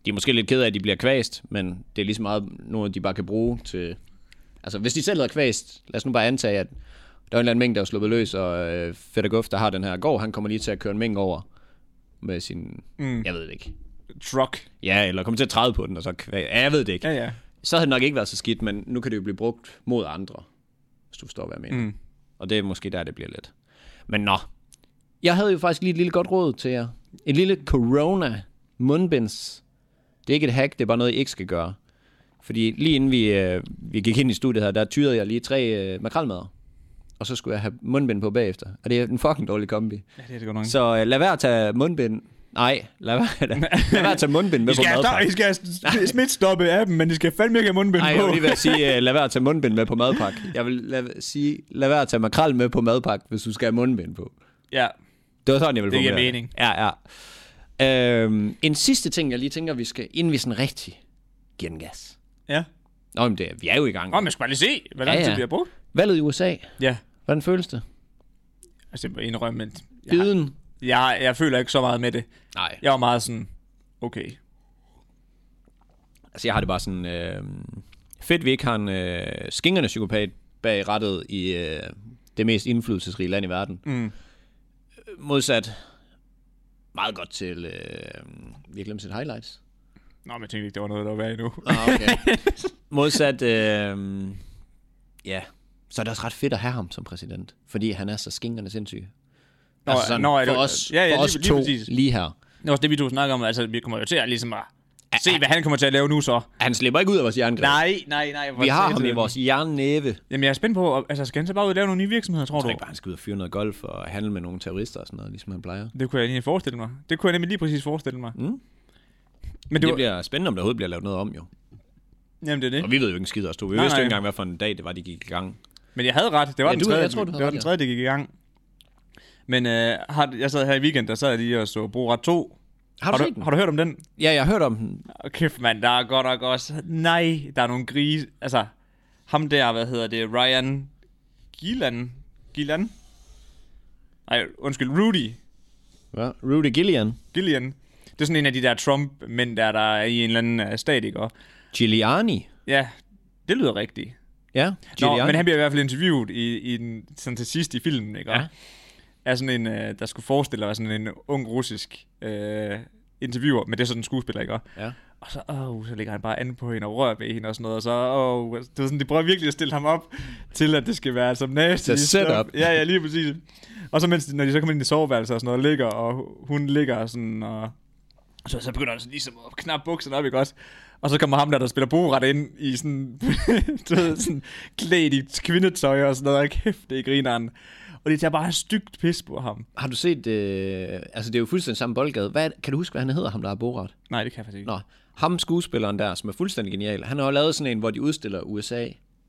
[SPEAKER 3] De er måske lidt kede af, at de bliver kvæst, men det er lige så meget noget, de bare kan bruge til... Altså, hvis de selv havde kvæst, lad os nu bare antage, at der er en eller anden mink, der er sluppet løs, og øh, Fedt og Guf, der har den her gård, han kommer lige til at køre en mink over med sin... Mm. Jeg ved det ikke.
[SPEAKER 2] drug.
[SPEAKER 3] Ja, eller komme til at træde på den, og så kvæ... Ja, jeg ved det ikke.
[SPEAKER 2] Ja,
[SPEAKER 3] Ja.
[SPEAKER 2] ja.
[SPEAKER 3] Så havde det nok ikke været så skidt, men nu kan det jo blive brugt mod andre, hvis du forstår, hvad jeg mener.
[SPEAKER 2] Mm.
[SPEAKER 3] Og det er måske der, det bliver lidt. Men nå. Jeg havde jo faktisk lige et lille godt råd til jer. Et lille corona mundbinds. Det er ikke et hack, det er bare noget, I ikke skal gøre. Fordi lige inden vi, øh, vi gik ind i studiet her, der tyrede jeg lige tre øh, makrelmader. Og så skulle jeg have mundbind på bagefter. Og det er en fucking dårlig kombi.
[SPEAKER 2] Ja, det er det godt nok.
[SPEAKER 3] Så øh, lad være at tage mundbind. Nej, lad være,
[SPEAKER 2] (laughs)
[SPEAKER 3] lad være at tage mundbind med
[SPEAKER 2] I
[SPEAKER 3] på
[SPEAKER 2] skal,
[SPEAKER 3] madpakken.
[SPEAKER 2] stop, I skal s- smitstoppe appen, men I skal fandme ikke have mundbind
[SPEAKER 3] Nej, jeg
[SPEAKER 2] på.
[SPEAKER 3] vil lige ved at sige, uh, lad være at tage mundbind med på madpakke. Jeg vil lad, sige, lad være at tage makrel med på madpakke, hvis du skal have mundbind på.
[SPEAKER 2] Ja,
[SPEAKER 3] Det var sådan, jeg ville
[SPEAKER 2] Det giver
[SPEAKER 3] formulere
[SPEAKER 2] mening.
[SPEAKER 3] Ja, ja. Øhm, en sidste ting, jeg lige tænker, vi skal, inden vi sådan rigtig giver den gas.
[SPEAKER 2] ja.
[SPEAKER 3] Nå, men det, vi er jo i gang.
[SPEAKER 2] Nå, men jeg skal bare lige se, hvad lang
[SPEAKER 3] Ja,
[SPEAKER 2] tid
[SPEAKER 3] ja.
[SPEAKER 2] bliver brugt.
[SPEAKER 3] Valget i USA,
[SPEAKER 2] Ja,
[SPEAKER 3] hvordan føles det?
[SPEAKER 2] altså jeg må indrømme, at jeg, har-
[SPEAKER 3] Biden?
[SPEAKER 2] jeg, jeg føler ikke så meget med det.
[SPEAKER 3] Nej,
[SPEAKER 2] Jeg var meget sådan, okay.
[SPEAKER 3] altså jeg har det bare sådan... Øh, fedt, vi ikke har en øh, skingerne psykopat bag rettet i øh, det mest indflydelsesrige land i verden.
[SPEAKER 2] Mm.
[SPEAKER 3] Modsat meget godt til... Øh, vi har glemt sit highlights.
[SPEAKER 2] Nå, men jeg tænkte ikke, det var noget, der var værd endnu.
[SPEAKER 3] Ah, okay.
[SPEAKER 2] (laughs)
[SPEAKER 3] Modsat, øh, ja, så er det også ret fedt at have ham som præsident, fordi han er så skingerne sindssyg.
[SPEAKER 2] Nå,
[SPEAKER 3] altså sådan,
[SPEAKER 2] nå, er
[SPEAKER 3] for
[SPEAKER 2] det-
[SPEAKER 3] os,
[SPEAKER 2] ja, ja,
[SPEAKER 3] for
[SPEAKER 2] lige-
[SPEAKER 3] os
[SPEAKER 2] lige
[SPEAKER 3] to
[SPEAKER 2] præcis.
[SPEAKER 3] lige her.
[SPEAKER 2] Det var også det, vi to snakker om. Altså, vi kommer jo til at ligesom at se, hvad han kommer til at lave nu så.
[SPEAKER 3] Han slipper ikke ud af vores jerngreb.
[SPEAKER 2] Nej, nej, nej. hvor
[SPEAKER 3] vi har
[SPEAKER 2] sagde
[SPEAKER 3] ham
[SPEAKER 2] det.
[SPEAKER 3] i vores jernnæve.
[SPEAKER 2] Jamen, jeg er spændt på, altså, skal han så bare ud og lave nogle nye virksomheder, tror
[SPEAKER 3] Jeg
[SPEAKER 2] du?
[SPEAKER 3] tror ikke bare, han skal ud og fyre noget golf og handle med nogle terrorister og sådan noget, ligesom han plejer.
[SPEAKER 2] Det kunne jeg egentlig forestille mig. Det kunne jeg nemlig lige præcis forestille mig.
[SPEAKER 3] Mm.
[SPEAKER 2] Men det,
[SPEAKER 3] Det, det
[SPEAKER 2] var,
[SPEAKER 3] bliver spændende, om der overhovedet bliver lavet noget om, jo.
[SPEAKER 2] jamen, det er
[SPEAKER 3] Og
[SPEAKER 2] det.
[SPEAKER 3] vi ved jo ikke en skid også, to. Vi
[SPEAKER 2] Nej,
[SPEAKER 3] vidste jo
[SPEAKER 2] nej.
[SPEAKER 3] ikke engang, hvad for en dag det var, de gik i gang.
[SPEAKER 2] Men jeg havde ret. Det var
[SPEAKER 3] Ja,
[SPEAKER 2] den
[SPEAKER 3] du-
[SPEAKER 2] tredje,
[SPEAKER 3] jeg tror, du
[SPEAKER 2] det
[SPEAKER 3] havde
[SPEAKER 2] var
[SPEAKER 3] ret,
[SPEAKER 2] den
[SPEAKER 3] ja.
[SPEAKER 2] tredje, det gik i gang. Men øh, har, jeg sad her i weekenden, der sad jeg lige og så Borat 2.
[SPEAKER 3] Har du, set den?
[SPEAKER 2] har du hørt om den?
[SPEAKER 3] Ja, jeg har hørt om den.
[SPEAKER 2] Og kæft, mand, der er godt nok også... Nej, der er nogle grise... Altså, ham der, hvad hedder det? Ryan Gillan? Gillan? Nej, undskyld, Rudy
[SPEAKER 3] Hvad? Rudy Gillian.
[SPEAKER 2] Gillian. Det er sådan en af de der Trump-mænd, der, der er i en eller anden øh, stat, ikke? Og-
[SPEAKER 3] Giuliani.
[SPEAKER 2] Ja, det lyder rigtigt.
[SPEAKER 3] Ja,
[SPEAKER 2] Nå,
[SPEAKER 3] Giuliani.
[SPEAKER 2] men han bliver i hvert fald interviewet i, i den, sådan til sidst i filmen, ikke?
[SPEAKER 3] Ja.
[SPEAKER 2] Er sådan en, øh, der skulle forestille at være sådan en ung russisk øh, interviewer, men det er sådan en skuespiller, ikke?
[SPEAKER 3] Ja.
[SPEAKER 2] Og så, åh, uh, så ligger han bare an på hende og rører ved hende og sådan noget, og så, åh, uh, det er sådan, de prøver virkelig at stille ham op til, at det skal være som næste.
[SPEAKER 3] Så setup.
[SPEAKER 2] Ja, ja, lige præcis. Og så mens, de- når de så kommer ind i soveværelset og sådan noget, ligger, og hun ligger sådan, og så, så begynder han sådan ligesom at knappe bukserne op, ikke også? Og så kommer ham der, der spiller Borat ind i sådan, (laughs) du ved, sådan klædt i kvindetøj og sådan noget, og kæft, det er grineren. Og det tager bare stygt pis på ham.
[SPEAKER 3] Har du set, øh, altså det er jo fuldstændig samme boldgade. Hvad, er- kan du huske, hvad han hedder, ham der er Borat?
[SPEAKER 2] Nej, det kan jeg faktisk ikke.
[SPEAKER 3] Nå, ham skuespilleren der, som er fuldstændig genial, han har jo lavet sådan en, hvor de udstiller USA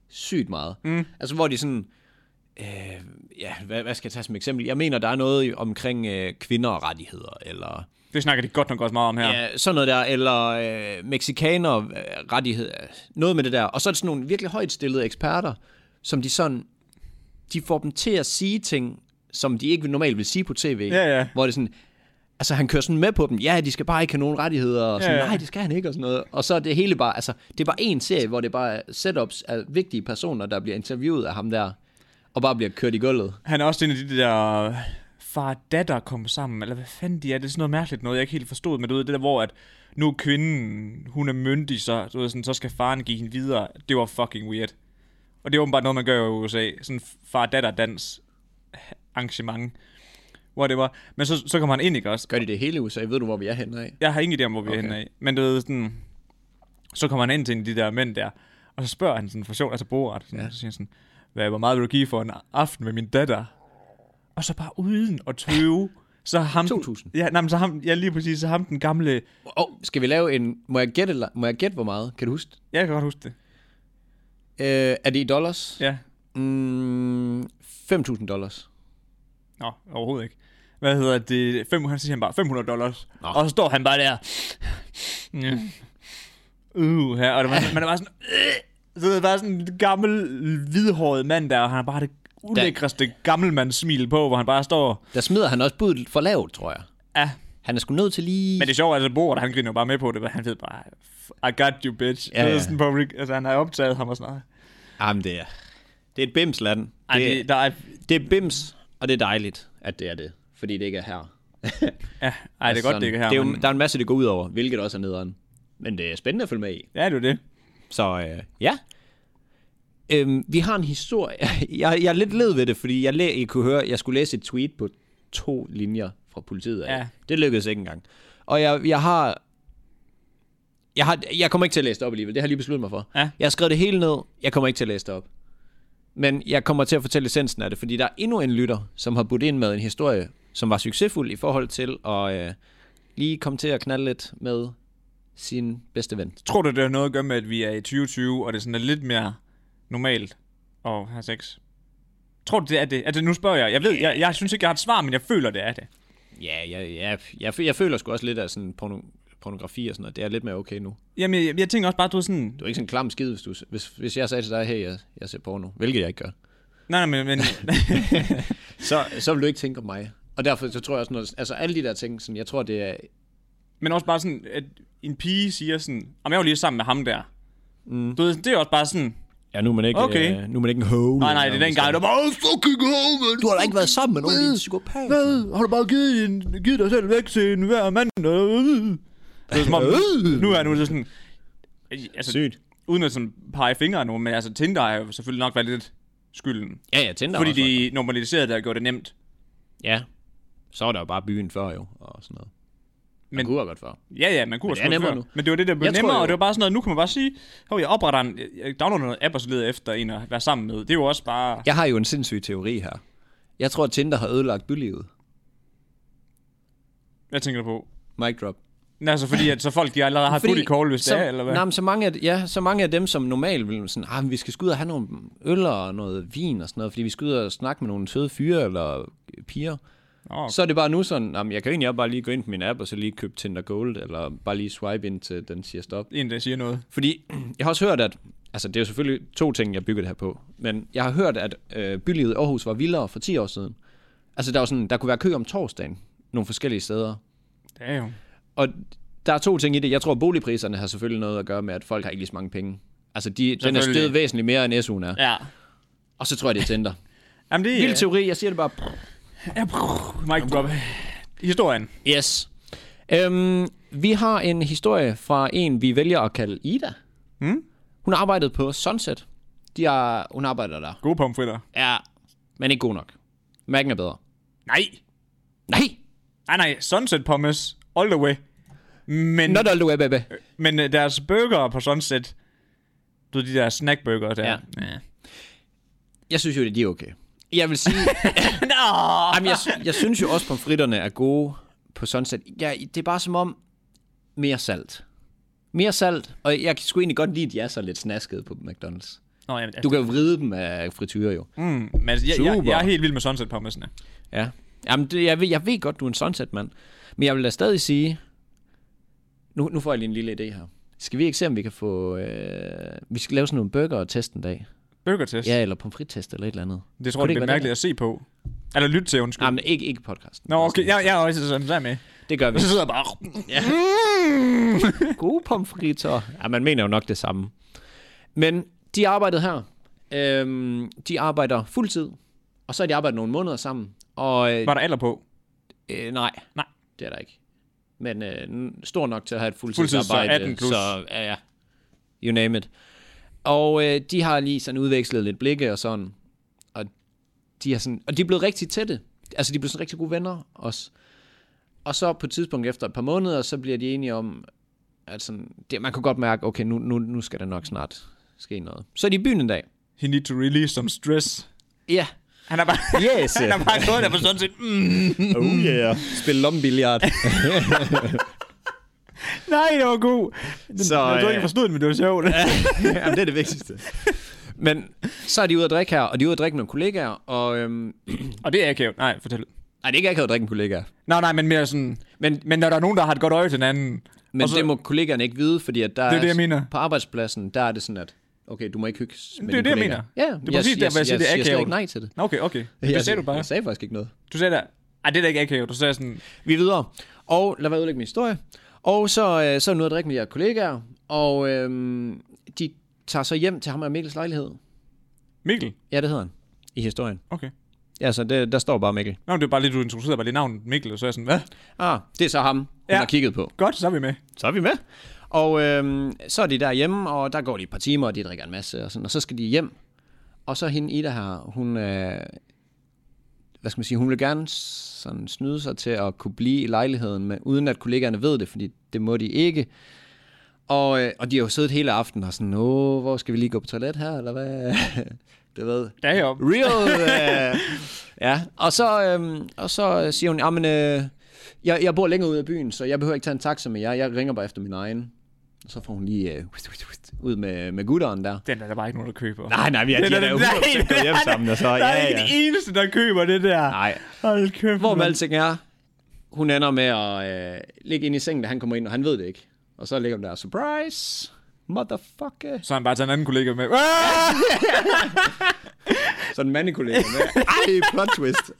[SPEAKER 3] sygt meget. Mm. Altså hvor de sådan, øh, ja, hvad, hvad skal jeg tage som eksempel? Jeg mener, der er noget i- omkring øh, kvinder og rettigheder, eller
[SPEAKER 2] Det snakker de godt nok også meget om her.
[SPEAKER 3] ja. Ja, sådan noget der, eller øh, mexikanere øh, rettigheder, noget med det der. Og så er det sådan nogle virkelig højt stillede eksperter, som de sådan, de får dem til at sige ting, som de ikke normalt vil sige på tv.
[SPEAKER 2] Ja, ja.
[SPEAKER 3] Hvor det er sådan, altså han kører sådan med på dem, ja, de skal bare ikke have nogen rettigheder, og sådan, ja,
[SPEAKER 2] Ja,
[SPEAKER 3] ja.
[SPEAKER 2] ja.
[SPEAKER 3] nej, det skal han ikke, og sådan noget. Og så er det hele bare, altså, det er bare en serie, hvor det bare er setups af vigtige personer, der bliver interviewet af ham der, og bare bliver kørt i gulvet.
[SPEAKER 2] Han er også en af de der far-datter kom sammen, eller hvad fanden de er, det er sådan noget mærkeligt noget, jeg ikke helt forstod, men du ved, det der, hvor at nu er kvinden, hun er myndig, så, du ved, sådan, så skal faren give hende videre, det var fucking weird. Og det er åbenbart noget, man gør i USA, sådan far-datter-dans arrangement, hvor det var, men så, så kommer han ind, ikke også?
[SPEAKER 3] Gør de det hele i USA? Ved du, hvor vi er henne af?
[SPEAKER 2] Jeg har ingen idé om, hvor vi okay. er henne af. Men du ved, sådan, så kommer han ind til en af de der mænd der, og så spørger han sådan for sjov, altså Borat, sådan, ja. så siger han sådan, Hvad, hvor meget vil du give for en aften med min datter? Og så bare uden at tøve, så ham...
[SPEAKER 3] 2.000.
[SPEAKER 2] Ja, nej, men så ham, ja, lige præcis, så ham den gamle...
[SPEAKER 3] Oh, skal vi lave en... Må jeg gætte, eller- må jeg gætte hvor meget? Kan du huske det?
[SPEAKER 2] Jeg kan godt huske det.
[SPEAKER 3] Øh, er det i dollars?
[SPEAKER 2] Ja.
[SPEAKER 3] Mm, 5.000 dollars.
[SPEAKER 2] Nå, overhovedet ikke. Hvad hedder det? 500, han siger han bare 500 dollars. Nå.
[SPEAKER 3] Nå.
[SPEAKER 2] Og så står han bare der. Ja. Uh, her, og det var, man er bare sådan... Øh, så det er bare sådan en gammel, hvidhåret mand der, og han har bare det ulækreste gammelmandssmil på, hvor han bare står...
[SPEAKER 3] Der smider han også budet for lavt, tror jeg.
[SPEAKER 2] Ja,
[SPEAKER 3] Han er sgu nødt til lige...
[SPEAKER 2] men det sjove er, at Borat, han griner jo bare med på det, men han ved bare, I got you, bitch.
[SPEAKER 3] Ja,
[SPEAKER 2] Ja, ja.
[SPEAKER 3] ja.
[SPEAKER 2] Sådan på, altså, han har optaget ham og sådan noget.
[SPEAKER 3] Jamen, det er... Det er et bimsland.
[SPEAKER 2] Ej, det, der er,
[SPEAKER 3] det er bims, og det er dejligt, at det er det. Fordi det ikke er her.
[SPEAKER 2] Ja, ej, det er godt, det ikke her.
[SPEAKER 3] Altså, det er jo,
[SPEAKER 2] men-
[SPEAKER 3] der er en masse, det går ud over, hvilket også er nederen. Men det er spændende at følge med i.
[SPEAKER 2] Ja, det er jo det.
[SPEAKER 3] Så øh, ja. Øhm, vi har en historie. (laughs) Jeg, jeg er lidt led ved det, fordi jeg, læ- I kunne høre, jeg skulle læse et tweet på to linjer fra politiet. Af.
[SPEAKER 2] Ja.
[SPEAKER 3] Det lykkedes ikke engang. Og jeg, jeg har... Jeg, har, jeg kommer ikke til at læse det op alligevel. Det har jeg lige besluttet mig for.
[SPEAKER 2] Ja.
[SPEAKER 3] Jeg har skrevet det hele ned. Jeg kommer ikke til at læse det op. Men jeg kommer til at fortælle essensen af det, fordi der er endnu en lytter, som har budt ind med en historie, som var succesfuld i forhold til at øh, lige komme til at knalde lidt med sin bedste ven.
[SPEAKER 2] Tror du, det har noget at gøre med, at vi er i 2020, og det sådan er lidt mere normalt at have sex? Tror du, det er det? Altså, nu spørger jeg. Jeg ved, jeg, jeg synes ikke, jeg har et svar, men jeg føler, det er det.
[SPEAKER 3] Ja, jeg, jeg, jeg, jeg føler sgu også lidt af sådan porno, pornografi og sådan noget. Det er lidt mere okay nu.
[SPEAKER 2] Jamen, jeg, jeg tænker også bare, at du er sådan...
[SPEAKER 3] Du er ikke sådan en klam skid, hvis, du, hvis, hvis jeg sagde til dig, hey, jeg, jeg ser porno, hvilket jeg ikke gør.
[SPEAKER 2] Nej, nej, men... (laughs) men
[SPEAKER 3] Så, så vil du ikke tænke om mig. Og derfor så tror jeg også noget, altså alle de der ting, sådan, jeg tror det er,
[SPEAKER 2] Men også bare sådan, at en pige siger sådan, om jeg var lige sammen med ham der. Mm. Du ved, det er også bare sådan,
[SPEAKER 3] ja nu er man ikke,
[SPEAKER 2] Okay.
[SPEAKER 3] øh, nu er man ikke en hole.
[SPEAKER 2] nej, nej, det er den gang, der bare, oh, fucking hell, man.
[SPEAKER 3] Du har da ikke været sammen med nogen, din psykopat.
[SPEAKER 2] Hvad? Har du bare givet, en, givet dig selv væk til en hver mand? Øh. Det er som om, nu er nu så sådan, altså,
[SPEAKER 3] Sygt.
[SPEAKER 2] uden at sådan pege fingre af nogen, men altså Tinder har jo selvfølgelig nok været lidt skylden.
[SPEAKER 3] Ja, jeg tænder
[SPEAKER 2] fordi
[SPEAKER 3] også.
[SPEAKER 2] de normaliserede det og gjorde det nemt.
[SPEAKER 3] Ja. Så var der jo bare byen før jo, og sådan noget.
[SPEAKER 2] Men-
[SPEAKER 3] Men, man kunne jo godt før.
[SPEAKER 2] Ja, ja, man kunne
[SPEAKER 3] Men det
[SPEAKER 2] også
[SPEAKER 3] er
[SPEAKER 2] godt
[SPEAKER 3] nemmere
[SPEAKER 2] før.
[SPEAKER 3] nu.
[SPEAKER 2] Men det var det, der blev
[SPEAKER 3] Jeg tror
[SPEAKER 2] nemmere,
[SPEAKER 3] jo-
[SPEAKER 2] og det var bare sådan noget, nu kan man bare sige, hov, jeg opretter en, jeg downloader noget app og så leder efter en at være sammen med. Det er jo også bare...
[SPEAKER 3] Jeg har jo en sindssyg teori her. Jeg tror, at Tinder har ødelagt bylivet.
[SPEAKER 2] Hvad tænker du på?
[SPEAKER 3] Mic drop.
[SPEAKER 2] Nå, Altså fordi, at så folk de allerede har fordi, booty call, hvis
[SPEAKER 3] så,
[SPEAKER 2] det er, eller hvad?
[SPEAKER 3] Nej, men så mange, af, ja, så mange af dem, som normalt ville sådan, ah, men vi skal sgu ud og have nogle øl og noget vin og sådan noget, fordi vi skal ud og snakke med nogle søde fyre eller piger.
[SPEAKER 2] Nå,
[SPEAKER 3] Så er det bare nu sådan, jamen, jeg kan jo egentlig også bare lige gå ind på min app og så lige købe Tinder Gold, eller bare lige swipe ind til den siger stop.
[SPEAKER 2] en, der siger noget.
[SPEAKER 3] Fordi (clears throat) jeg har også hørt, at... Altså, det er jo selvfølgelig to ting, jeg bygger det her på. Men jeg har hørt, at øh, bylivet i Aarhus var vildere for 10 år siden. Altså, der, var sådan, der kunne være kø om torsdagen nogle forskellige steder.
[SPEAKER 2] Det er jo...
[SPEAKER 3] Og der er to ting i det. Jeg tror, boligpriserne har selvfølgelig noget at gøre med, at folk har ikke lige så mange penge. Altså, de, den er
[SPEAKER 2] Selvfølgelig.
[SPEAKER 3] stød væsentligt mere, end SU'en er. Ja.
[SPEAKER 2] Ja.
[SPEAKER 3] Og så tror jeg, det er Tinder.
[SPEAKER 2] Jamen det er...
[SPEAKER 3] Vild teori, jeg siger det bare.
[SPEAKER 2] Ja, Mike drop. Historien.
[SPEAKER 3] Yes. Øhm, vi har en historie fra en, vi vælger at kalde Ida. Hmm?
[SPEAKER 2] Mm.
[SPEAKER 3] Hun arbejdede på Sunset. De har, hun arbejder der.
[SPEAKER 2] Gode pomfritter.
[SPEAKER 3] Ja, men ikke god nok. Mærken er bedre.
[SPEAKER 2] Nej.
[SPEAKER 3] Nej!
[SPEAKER 2] Nej, nej. Sunset pommes. All the way. Men,
[SPEAKER 3] Not all the way, baby.
[SPEAKER 2] men øh, deres burger på Sunset... Du ved, de der snackburger der.
[SPEAKER 3] Ja. Jeg synes jo, det er okay. Jeg vil sige,
[SPEAKER 2] Nå!
[SPEAKER 3] jamen, jeg, jeg synes jo også, pomfritterne er gode på sunset. Ja, det er bare som om mere salt. Mere salt, og jeg kan sgu egentlig godt lide, at de er så lidt snaskede på McDonald's.
[SPEAKER 2] Nå, jamen, altså,
[SPEAKER 3] Du kan jo vride dem af frityrer jo.
[SPEAKER 2] mm, men altså, jeg, jeg,
[SPEAKER 3] Super.
[SPEAKER 2] jeg, er helt vild med sunset pommesene.
[SPEAKER 3] Ja. Jamen, det, jeg, ved, jeg ved godt, du er en sunset mand. Men jeg vil da stadig sige... Nu, nu får jeg lige en lille idé her. Skal vi ikke se, om vi kan få... Øh, vi skal lave sådan nogle burger-test en dag.
[SPEAKER 2] Burgertest.
[SPEAKER 3] Ja, eller pomfrittest eller et eller andet.
[SPEAKER 2] Det tror jeg,
[SPEAKER 3] Kunne
[SPEAKER 2] det Ah.
[SPEAKER 3] ikke
[SPEAKER 2] bliver
[SPEAKER 3] være
[SPEAKER 2] mærkeligt at se på. Eller lytte til, undskyld.
[SPEAKER 3] Nej, men ikke, ikke podcasten.
[SPEAKER 2] Nå, okay. Jeg, jeg er også sådan, så er jeg med.
[SPEAKER 3] Det gør vi.
[SPEAKER 2] Så sidder (laughs) jeg bare... Ja.
[SPEAKER 3] Gode pomfritter. Ja, man mener jo nok det samme. Men de arbejdede her. Øhm, de arbejder fuldtid. Og så har de arbejdet nogle måneder sammen. Og øh,
[SPEAKER 2] Var der alder på?
[SPEAKER 3] øh, nej,
[SPEAKER 2] Nej.
[SPEAKER 3] det er der ikke. Men øh, n- stor nok til at have et
[SPEAKER 2] Fuldtids, så
[SPEAKER 3] fuldtidsarbejde.
[SPEAKER 2] 18 plus.
[SPEAKER 3] Så, ja, ja. You name it. Og øh, de har lige sådan udvekslet lidt blikke og sådan. Og de er, sådan, og de er blevet rigtig tætte. Altså, de er blevet sådan rigtig gode venner også. Og så på et tidspunkt efter et par måneder, så bliver de enige om, at sådan, det, man kan godt mærke, okay, nu, nu, nu skal der nok snart ske noget. Så er de i byen en dag.
[SPEAKER 2] He need to release some stress.
[SPEAKER 3] Ja.
[SPEAKER 2] Han er bare,
[SPEAKER 3] Yes.
[SPEAKER 2] (laughs) han er bare gået der på sådan set. Mm.
[SPEAKER 3] oh yeah. (laughs) Spil lommebilliard.
[SPEAKER 2] Nej, det var god.
[SPEAKER 3] Så,
[SPEAKER 2] Så, jeg tror
[SPEAKER 3] øh,
[SPEAKER 2] ikke, jeg forstod det, men det var sjovt. (laughs)
[SPEAKER 3] Jamen, det er det vigtigste. Men så er de ude at drikke her, og de er ude at drikke med nogle kollegaer, og... Øhm,
[SPEAKER 2] og det er akavet. Nej, fortæl.
[SPEAKER 3] nej, det er ikke akavet at drikke med kollegaer.
[SPEAKER 2] Nej, nej, men mere sådan...
[SPEAKER 3] Men,
[SPEAKER 2] Men når der er nogen, der har et godt øje til hinanden...
[SPEAKER 3] men
[SPEAKER 2] og så,
[SPEAKER 3] så, det må kollegaerne ikke vide, fordi at der
[SPEAKER 2] Det er det, jeg mener.
[SPEAKER 3] på arbejdspladsen, der er det sådan, at okay, du må ikke hygge med
[SPEAKER 2] det, jeg
[SPEAKER 3] dine
[SPEAKER 2] mener.
[SPEAKER 3] kollegaer. Ja,
[SPEAKER 2] Det er præcis der, hvor jeg siger, det er
[SPEAKER 3] jeg, jeg siger slet
[SPEAKER 2] akavet.
[SPEAKER 3] ikke nej til det.
[SPEAKER 2] Nå, Okay, okay. Det
[SPEAKER 3] jeg,
[SPEAKER 2] sagde du bare.
[SPEAKER 3] Jeg sagde faktisk ikke noget.
[SPEAKER 2] Du sagde der... Ej, det er da ikke akavet. Du sagde sådan...
[SPEAKER 3] Vi er videre. Og lad mig udlægge min historie. Og så, øh, så er jeg ude at drikke med jeres kollegaer, og øhm, de tager så hjem til ham og Mikkels lejlighed.
[SPEAKER 2] Mikkel.
[SPEAKER 3] Ja, det hedder han i historien.
[SPEAKER 2] Okay.
[SPEAKER 3] Altså, det, der står bare Mikkel.
[SPEAKER 2] Nå, men det var bare lige, du introducerede bare lige navnet Mikkel, og så er jeg sådan, hvad?
[SPEAKER 3] Ah, det er så ham, hun
[SPEAKER 2] Ja.
[SPEAKER 3] ja. har kigget på.
[SPEAKER 2] Godt, så er vi med.
[SPEAKER 3] Så er vi med. Og øhm, så er de derhjemme, og der går de et par timer, og de drikker en masse, og, sådan, og så skal de hjem. Og så hende Ida her, hun, øh, hvad skal man sige, hun vil gerne sådan snyde sig til at kunne blive i lejligheden, men uden at kollegaerne ved det, fordi det må de ikke. Og, øh, og de har jo siddet hele aftenen og sådan, åh, hvor skal vi lige gå på toilet her, eller hvad? (laughs) det ved
[SPEAKER 2] Der er jeg op.
[SPEAKER 3] Real. Øh, ja, og så, øhm, og så siger hun, jamen, øh, jeg, jeg bor længere ude af byen, så jeg behøver ikke tage en taxa med jer. Jeg ringer bare efter min egen. Og så får hun lige øh, whist, whist, whist, ud med, med gutteren der.
[SPEAKER 2] Den er der bare ikke nogen, der køber.
[SPEAKER 3] Nej, nej, vi er, de er da jo 100% gået hjem sammen, og så,
[SPEAKER 2] Der er
[SPEAKER 3] ja,
[SPEAKER 2] ikke
[SPEAKER 3] ja.
[SPEAKER 2] en eneste, der køber det der.
[SPEAKER 3] Nej,
[SPEAKER 2] Hold kæft.
[SPEAKER 3] hvor med
[SPEAKER 2] mand.
[SPEAKER 3] alting er, hun ender med at øh, ligge ind i sengen, da han kommer ind, og han ved det ikke. Og så ligger hun der, surprise, motherfucker.
[SPEAKER 2] Så har han bare taget en anden kollega med. Ah!
[SPEAKER 3] Sådan en mandekollega med. Ej, plot
[SPEAKER 2] (laughs)
[SPEAKER 3] twist.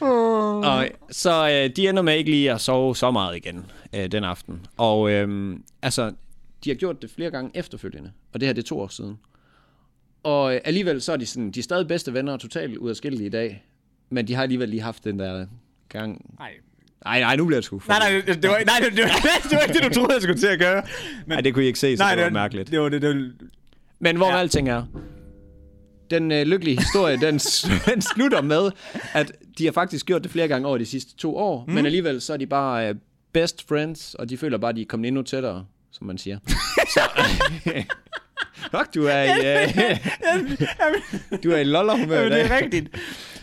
[SPEAKER 3] og så øh, de ender med ikke lige at sove så meget igen øh, den aften. Og øh, altså, de har gjort det flere gange efterfølgende. Og det her, det er to år siden. Og øh, alligevel så er de sådan, de er stadig bedste venner og totalt udadskillelige i dag. Men de har alligevel lige haft den der gang.
[SPEAKER 2] Nej.
[SPEAKER 3] Nej, nej, nu bliver jeg skuffet.
[SPEAKER 2] Nej, nej, det var, nej, det var, (laughs) det var, det var ikke det, du troede, jeg skulle til at gøre. Men,
[SPEAKER 3] Ej, det kunne I ikke se, så
[SPEAKER 2] nej,
[SPEAKER 3] nej, det var mærkeligt.
[SPEAKER 2] Det var det, det var,
[SPEAKER 3] Men hvor
[SPEAKER 2] Ja.
[SPEAKER 3] ja. alting er. Den øh, lykkelige historie, den, (laughs) s- den slutter med, at de har faktisk gjort det flere gange over de sidste to år, mm. men alligevel så er de bare øh, best friends, og de føler bare, at de er kommet endnu tættere, som man (laughs) siger. så, Fuck, du er i, øh, (laughs) du er i lollerhumør i
[SPEAKER 2] det er
[SPEAKER 3] dag.
[SPEAKER 2] (laughs) rigtigt.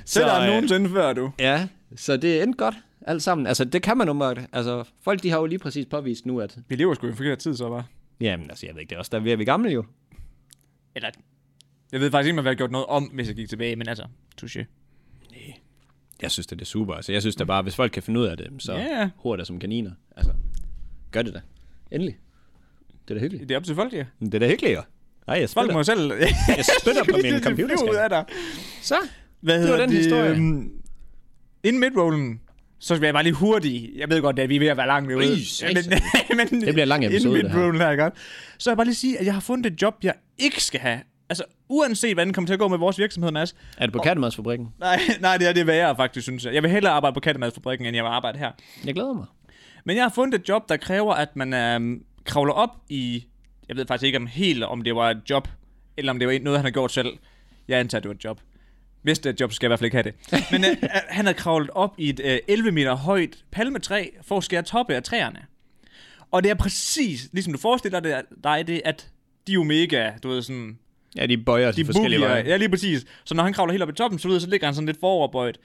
[SPEAKER 2] Så der er
[SPEAKER 3] øh,
[SPEAKER 2] nogensinde før, du.
[SPEAKER 3] Ja, så det endte godt, alt sammen. Altså, det kan man umiddelbart. Altså, folk de har jo lige præcis påvist nu, at...
[SPEAKER 2] Vi lever sgu i en forkert tid, så bare.
[SPEAKER 3] Jamen, altså, jeg ved ikke, det er også der, vi er vi gamle jo.
[SPEAKER 2] Eller, jeg ved faktisk ikke, om jeg havde gjort noget om, hvis jeg gik tilbage, men altså, touché.
[SPEAKER 3] Jeg synes, det er super. Altså, jeg synes da bare, hvis folk kan finde ud af det, så
[SPEAKER 2] Ja.
[SPEAKER 3] yeah. hurtigt som kaniner. Altså, gør det da. Endelig. Det er da hyggeligt.
[SPEAKER 2] Det er op til folk, ja.
[SPEAKER 3] Det er da hyggeligt, jo. Nej, jeg
[SPEAKER 2] Folk må jo selv...
[SPEAKER 3] jeg spytter på
[SPEAKER 2] (laughs) Det
[SPEAKER 3] min
[SPEAKER 2] flyver ud
[SPEAKER 3] computerskærm.
[SPEAKER 2] af dig.
[SPEAKER 3] Så.
[SPEAKER 2] Hvad hedder
[SPEAKER 3] den historie.
[SPEAKER 2] øhm, Inden midrollen, så vil jeg bare lige hurtigt. Jeg ved godt, at vi er ved at være langt ude.
[SPEAKER 3] Ris,
[SPEAKER 2] men,
[SPEAKER 3] altså.
[SPEAKER 2] (laughs) men,
[SPEAKER 3] Det bliver en lang episode, det
[SPEAKER 2] Inden
[SPEAKER 3] her.
[SPEAKER 2] midrollen her, ikke? også? Så vil jeg bare lige sige, at jeg har fundet et job, jeg ikke skal have. Altså, uanset hvordan det kommer til at gå med vores virksomhed, Mads.
[SPEAKER 3] Er det på kattemadsfabrikken?
[SPEAKER 2] Nej, (laughs) nej, det er det værre, faktisk, synes jeg. Jeg vil hellere arbejde på kattemadsfabrikken, end jeg vil arbejde her.
[SPEAKER 3] Jeg glæder mig.
[SPEAKER 2] Men jeg har fundet et job, der kræver, at man øhm, kravler op i... Jeg ved faktisk ikke om helt, om det var et job, eller om det var noget, han har gjort selv. Jeg antager, det var et job. Hvis det er et job, så skal jeg i hvert fald ikke have det. Men øh, øh, han har kravlet op i et øh, 11 meter højt palmetræ for at skære toppe af træerne. Og det er præcis, ligesom du forestiller dig, dig det, at de er omega, du ved sådan,
[SPEAKER 3] Ja, de bøjer de,
[SPEAKER 2] de forskellige veje. Ja, lige præcis. Så når han kravler helt op i toppen, så, ved, jeg, så ligger han sådan lidt foroverbøjet.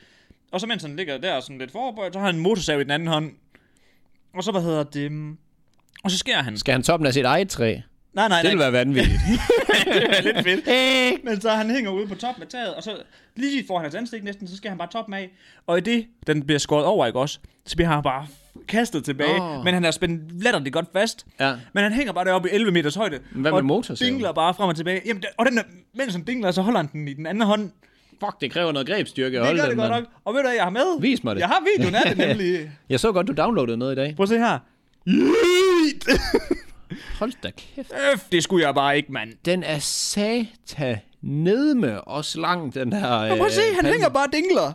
[SPEAKER 2] Og så mens han ligger der sådan lidt foroverbøjet, så har han en motorsav i den anden hånd. Og så, hvad hedder det? mm, Og så skærer han.
[SPEAKER 3] Skal han toppen af sit eget træ?
[SPEAKER 2] Nej, nej,
[SPEAKER 3] Det
[SPEAKER 2] nej.
[SPEAKER 3] ville være vanvittigt.
[SPEAKER 2] (laughs) Det er lidt
[SPEAKER 3] (laughs)
[SPEAKER 2] fedt. Men så han hænger ude på toppen af taget, og så lige foran hans ansigt næsten, så skal han bare toppen af. Og i det, den bliver skåret over, ikke også? Så bliver han bare kastet tilbage, oh.
[SPEAKER 3] Åh.
[SPEAKER 2] men han er spændt letterligt godt fast.
[SPEAKER 3] Ja.
[SPEAKER 2] Men han hænger bare deroppe i 11 meters højde.
[SPEAKER 3] Hvad med
[SPEAKER 2] og
[SPEAKER 3] motorsaven?
[SPEAKER 2] dingler bare frem og tilbage. Jamen, der- og den der, mens han dingler, så holder han den i den anden hånd.
[SPEAKER 3] Fuck, det kræver noget grebstyrke at
[SPEAKER 2] Det
[SPEAKER 3] holde
[SPEAKER 2] gør det
[SPEAKER 3] den,
[SPEAKER 2] godt
[SPEAKER 3] mand.
[SPEAKER 2] nok. Og ved du hvad, jeg har med?
[SPEAKER 3] Vis mig det.
[SPEAKER 2] Jeg har videoen
[SPEAKER 3] (laughs)
[SPEAKER 2] af det nemlig.
[SPEAKER 3] Jeg så godt, du downloadede noget i dag.
[SPEAKER 2] Prøv at se her. Yeet!
[SPEAKER 3] Hold da kæft.
[SPEAKER 2] Øf, det skulle jeg bare ikke, mand.
[SPEAKER 3] Den er sata nedme også lang, den her... øh,
[SPEAKER 2] Og prøv at se, han hænger bare og dingler.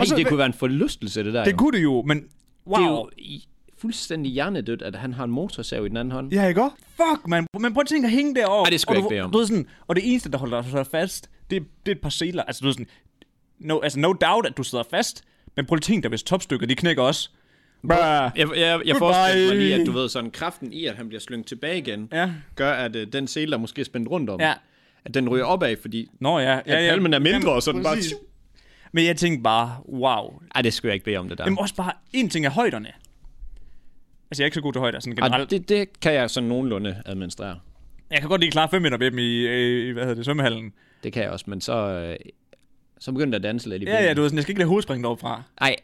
[SPEAKER 3] Ej, det kunne være en forlystelse, det der.
[SPEAKER 2] det
[SPEAKER 3] jo.
[SPEAKER 2] kunne det jo, men wow.
[SPEAKER 3] Det er jo i- fuldstændig hjernedødt, at han har en motorsav i den anden hånd.
[SPEAKER 2] Ja, ikke også? Fuck, man. Men prøv at tænke at hænge derovre.
[SPEAKER 3] Ej, det skulle
[SPEAKER 2] og
[SPEAKER 3] jeg ikke
[SPEAKER 2] du-
[SPEAKER 3] bede om.
[SPEAKER 2] Du ved sådan, og det eneste, der holder dig fast, det, er- det er et par seler. Altså, du ved sådan, no, altså, no doubt, at du sidder fast. Men prøv at tænke dig, hvis topstykket, de knækker også. Brr.
[SPEAKER 3] Jeg, jeg, jeg forestiller mig lige, at du ved, sådan kraften i, at han bliver slynget tilbage igen,
[SPEAKER 2] Ja.
[SPEAKER 3] gør, at øh, den sele, der måske er spændt rundt om,
[SPEAKER 2] Ja.
[SPEAKER 3] at den ryger opad, fordi
[SPEAKER 2] Nå ja. ja, ja.
[SPEAKER 3] palmen er mindre, og så den bare-
[SPEAKER 2] præcis. Men jeg tænkte bare, wow,
[SPEAKER 3] ej, det skulle jeg ikke bede om det der.
[SPEAKER 2] Jamen også bare, en ting er højderne. Altså, jeg er ikke så god til højder, sådan
[SPEAKER 3] Ej,
[SPEAKER 2] generelt.
[SPEAKER 3] det, det kan jeg sådan nogenlunde administrere.
[SPEAKER 2] Jeg kan godt lige klare 5 meter ved dem i, øh, i, hvad hedder det, svømmehallen.
[SPEAKER 3] Det kan jeg også, men så, øh, så begyndte jeg at danse lidt i
[SPEAKER 2] Ja, ja, du ved sådan, jeg skal ikke lade hovedspringet overfra.
[SPEAKER 3] Ej,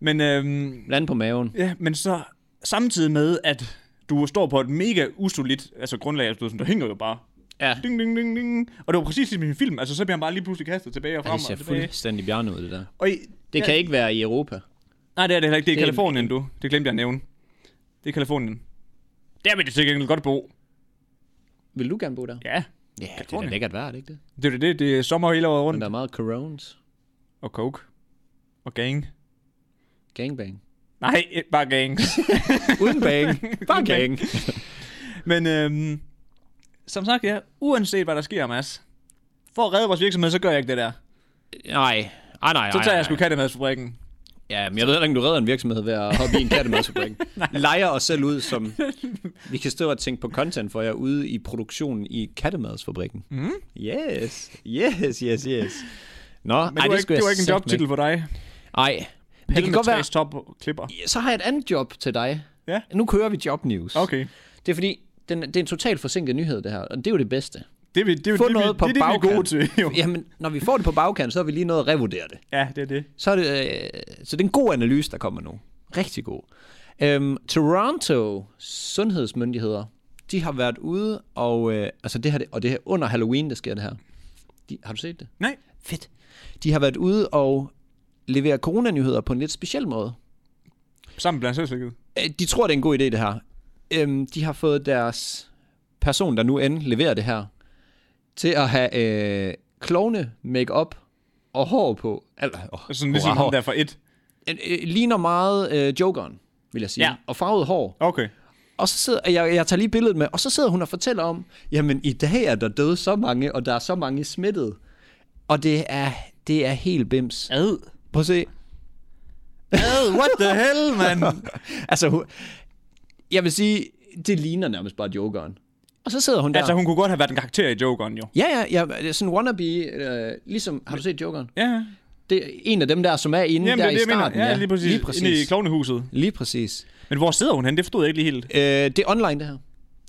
[SPEAKER 2] Men, øhm,
[SPEAKER 3] land på maven.
[SPEAKER 2] ja, men så samtidig med, at du står på et mega usolidt altså grundlag, altså, du, ved sådan, der hænger jo bare.
[SPEAKER 3] Ja,
[SPEAKER 2] Ding, ding, ding, ding. Og det var præcis ligesom i en film, altså så bliver han bare lige pludselig kastet tilbage og
[SPEAKER 3] Ej,
[SPEAKER 2] frem
[SPEAKER 3] det ser
[SPEAKER 2] og tilbage.
[SPEAKER 3] fuldstændig bjørne ud, det der.
[SPEAKER 2] Og i,
[SPEAKER 3] Det kan ikke være i Europa.
[SPEAKER 2] Nej, det er det heller ikke. Det er
[SPEAKER 3] Det er en-
[SPEAKER 2] Kalifornien, du. Det glemte jeg at nævne. Det er Kalifornien. Der vil det sikkert godt bo.
[SPEAKER 3] Vil du gerne bo der?
[SPEAKER 2] Ja.
[SPEAKER 3] Ja, det er da
[SPEAKER 2] Californien.
[SPEAKER 3] lækkert vejr, er det ikke det?
[SPEAKER 2] Det er jo det, det er sommer hele året
[SPEAKER 3] Men
[SPEAKER 2] rundt.
[SPEAKER 3] der er meget corones.
[SPEAKER 2] Og coke. Og gang. (laughs)
[SPEAKER 3] Gangbang.
[SPEAKER 2] Nej, ikke bare
[SPEAKER 3] (laughs)
[SPEAKER 2] gangs.
[SPEAKER 3] Uden bang. Bare gang.
[SPEAKER 2] Men øhm, som sagt, ja, uanset hvad der sker, Mads, for at redde vores virksomhed, så gør jeg ikke det der.
[SPEAKER 3] Nej. Ej, nej,
[SPEAKER 2] Så tager
[SPEAKER 3] nej, nej.
[SPEAKER 2] jeg sgu kattemadsfabrikken.
[SPEAKER 3] Ja, men jeg ved heller ikke, om du redder en virksomhed ved at hoppe i en kattemadsfabrik.
[SPEAKER 2] (laughs)
[SPEAKER 3] Lejer os selv ud som... Vi kan stå og tænke på content for jer ude i produktionen i kattemadsfabrikken. Mm.
[SPEAKER 2] Mm-hmm.
[SPEAKER 3] Yes, yes, yes, yes. Nå,
[SPEAKER 2] Men Ej, det, var ikke, det var ikke en jobtitel for dig.
[SPEAKER 3] Nej, det
[SPEAKER 2] Pelle
[SPEAKER 3] kan
[SPEAKER 2] med
[SPEAKER 3] godt være...
[SPEAKER 2] træs top og klipper.
[SPEAKER 3] Så har jeg et andet job til dig.
[SPEAKER 2] Ja.
[SPEAKER 3] Nu kører vi job news.
[SPEAKER 2] Okay.
[SPEAKER 3] Det er fordi, den, det er en totalt forsinket nyhed, det her. Og det er jo det bedste.
[SPEAKER 2] Det er vi, det er, jo
[SPEAKER 3] Få
[SPEAKER 2] det,
[SPEAKER 3] noget
[SPEAKER 2] vi,
[SPEAKER 3] på
[SPEAKER 2] det, er det, vi er gode
[SPEAKER 3] bagkant.
[SPEAKER 2] til.
[SPEAKER 3] (laughs)
[SPEAKER 2] Jo.
[SPEAKER 3] Jamen, når vi får det på bagkant, så har vi lige nået at revurdere det.
[SPEAKER 2] Ja, det er det.
[SPEAKER 3] Så er det, øh, så det er en god analyse, der kommer nu. Rigtig god. Øhm, Toronto sundhedsmyndigheder, de har været ude, og, øh, altså det her, det- og det her under Halloween, der sker det her. De, har du set det?
[SPEAKER 2] Nej.
[SPEAKER 3] Fedt. De har været ude og levere coronanyheder på en lidt speciel måde.
[SPEAKER 2] Sammen blandt selvslikket.
[SPEAKER 3] Øh, De tror, det er en god idé, det her. Øhm, de har fået deres person, der nu end leverer det her, til at have øh, klovne make-up og hår på. Eller, oh,
[SPEAKER 2] Sådan ligesom
[SPEAKER 3] hurra,
[SPEAKER 2] ham der fra et.
[SPEAKER 3] øh, øh, ligner meget øh, Jokeren, vil jeg sige.
[SPEAKER 2] Ja.
[SPEAKER 3] Ja. Og farvet hår.
[SPEAKER 2] Okay.
[SPEAKER 3] Og så sidder, og jeg, jeg tager lige billedet med, og så sidder hun og fortæller om, jamen i dag er der døde så mange, og der er så mange smittede. Og det er, det er helt bims.
[SPEAKER 2] Ad.
[SPEAKER 3] Prøv at se.
[SPEAKER 2] Ad, what the hell,
[SPEAKER 3] (laughs)
[SPEAKER 2] man? (laughs)
[SPEAKER 3] Altså, hun, jeg vil sige, det ligner nærmest bare Jokeren. Og så sidder hun der.
[SPEAKER 2] altså, hun kunne godt have været en karakter i Jokeren, jo.
[SPEAKER 3] Ja, ja, ja, det er sådan wannabe, øh, ligesom, har du set Jokeren?
[SPEAKER 2] Ja,
[SPEAKER 3] Det er en af dem der, som er inde
[SPEAKER 2] Jamen, det
[SPEAKER 3] der
[SPEAKER 2] er
[SPEAKER 3] i
[SPEAKER 2] det, jeg
[SPEAKER 3] starten.
[SPEAKER 2] mener. Ja, lige præcis.
[SPEAKER 3] Lige præcis.
[SPEAKER 2] Inde i klovnehuset.
[SPEAKER 3] lige præcis.
[SPEAKER 2] Men hvor sidder hun hen? Det forstod jeg ikke lige helt.
[SPEAKER 3] Øh, det er online, det her.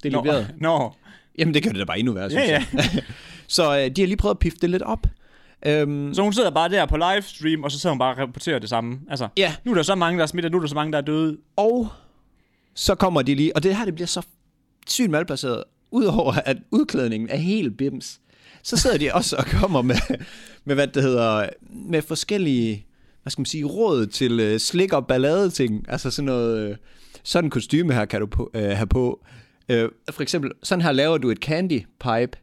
[SPEAKER 3] Det er
[SPEAKER 2] Nå,
[SPEAKER 3] leveret.
[SPEAKER 2] (laughs) nå.
[SPEAKER 3] Jamen, det gør det da bare endnu værre,
[SPEAKER 2] Ja,
[SPEAKER 3] synes
[SPEAKER 2] ja.
[SPEAKER 3] jeg. (laughs) så øh, de har lige prøvet at pifte det lidt op. Øhm,
[SPEAKER 2] Så hun sidder bare der på livestream, og så sidder hun bare og rapporterer det samme. Altså,
[SPEAKER 3] ja,
[SPEAKER 2] nu er der så mange, der er smittet, nu er der så mange, der er døde.
[SPEAKER 3] og så kommer de lige, og det her, det bliver så sygt malplaceret, udover at udklædningen er helt bims, så sidder de også og kommer med, med hvad det hedder, med forskellige, hvad skal man sige, råd til øh, slik og ballade ting, altså sådan noget, øh, sådan kostyme her kan du på, øh, have på, øh, for eksempel, sådan her laver du et candy pipe,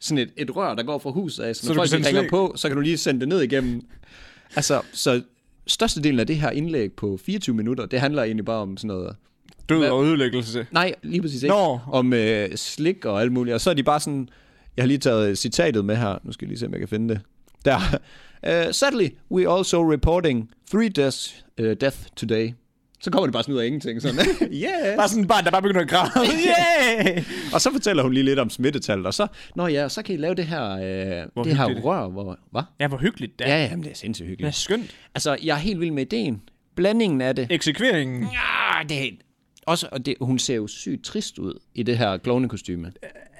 [SPEAKER 3] sådan et, et rør, der går fra huset af, så
[SPEAKER 2] du
[SPEAKER 3] når
[SPEAKER 2] kan
[SPEAKER 3] folk de
[SPEAKER 2] sende
[SPEAKER 3] ringer
[SPEAKER 2] slik?
[SPEAKER 3] på, så kan du lige sende det ned igennem. Altså, så størstedelen af det her indlæg på 24 minutter, det handler egentlig bare om sådan noget,
[SPEAKER 2] Død
[SPEAKER 3] Hvad?
[SPEAKER 2] og ødelæggelse.
[SPEAKER 3] Nej, lige præcis ikke.
[SPEAKER 2] Nå.
[SPEAKER 3] Om øh, slik og alt muligt. Og så er de bare sådan... Jeg har lige taget øh, citatet med her. Nu skal jeg lige se, om jeg kan finde det. Der. (laughs) Uh, sadly, we also reporting three deaths uh, death today. Så kommer det bare sådan ud af ingenting. Sådan.
[SPEAKER 2] (laughs)
[SPEAKER 3] yeah.
[SPEAKER 2] Bare sådan et barn, der bare begynder at græde. yeah!
[SPEAKER 3] (laughs) Og så fortæller hun lige lidt om smittetallet. Og så, nå ja, så kan I lave det her, øh, det her
[SPEAKER 2] hyggeligt.
[SPEAKER 3] rør. Hvor, hvad?
[SPEAKER 2] Ja, hvor hyggeligt det er.
[SPEAKER 3] Ja, ja, men det er sindssygt
[SPEAKER 2] Det
[SPEAKER 3] hyggeligt.
[SPEAKER 2] er skønt.
[SPEAKER 3] Altså, jeg er helt vild med ideen. Blandingen af det.
[SPEAKER 2] Eksekveringen.
[SPEAKER 3] Ja, det er helt... Også, og det, hun ser jo sygt trist ud i det her klovnekostyme.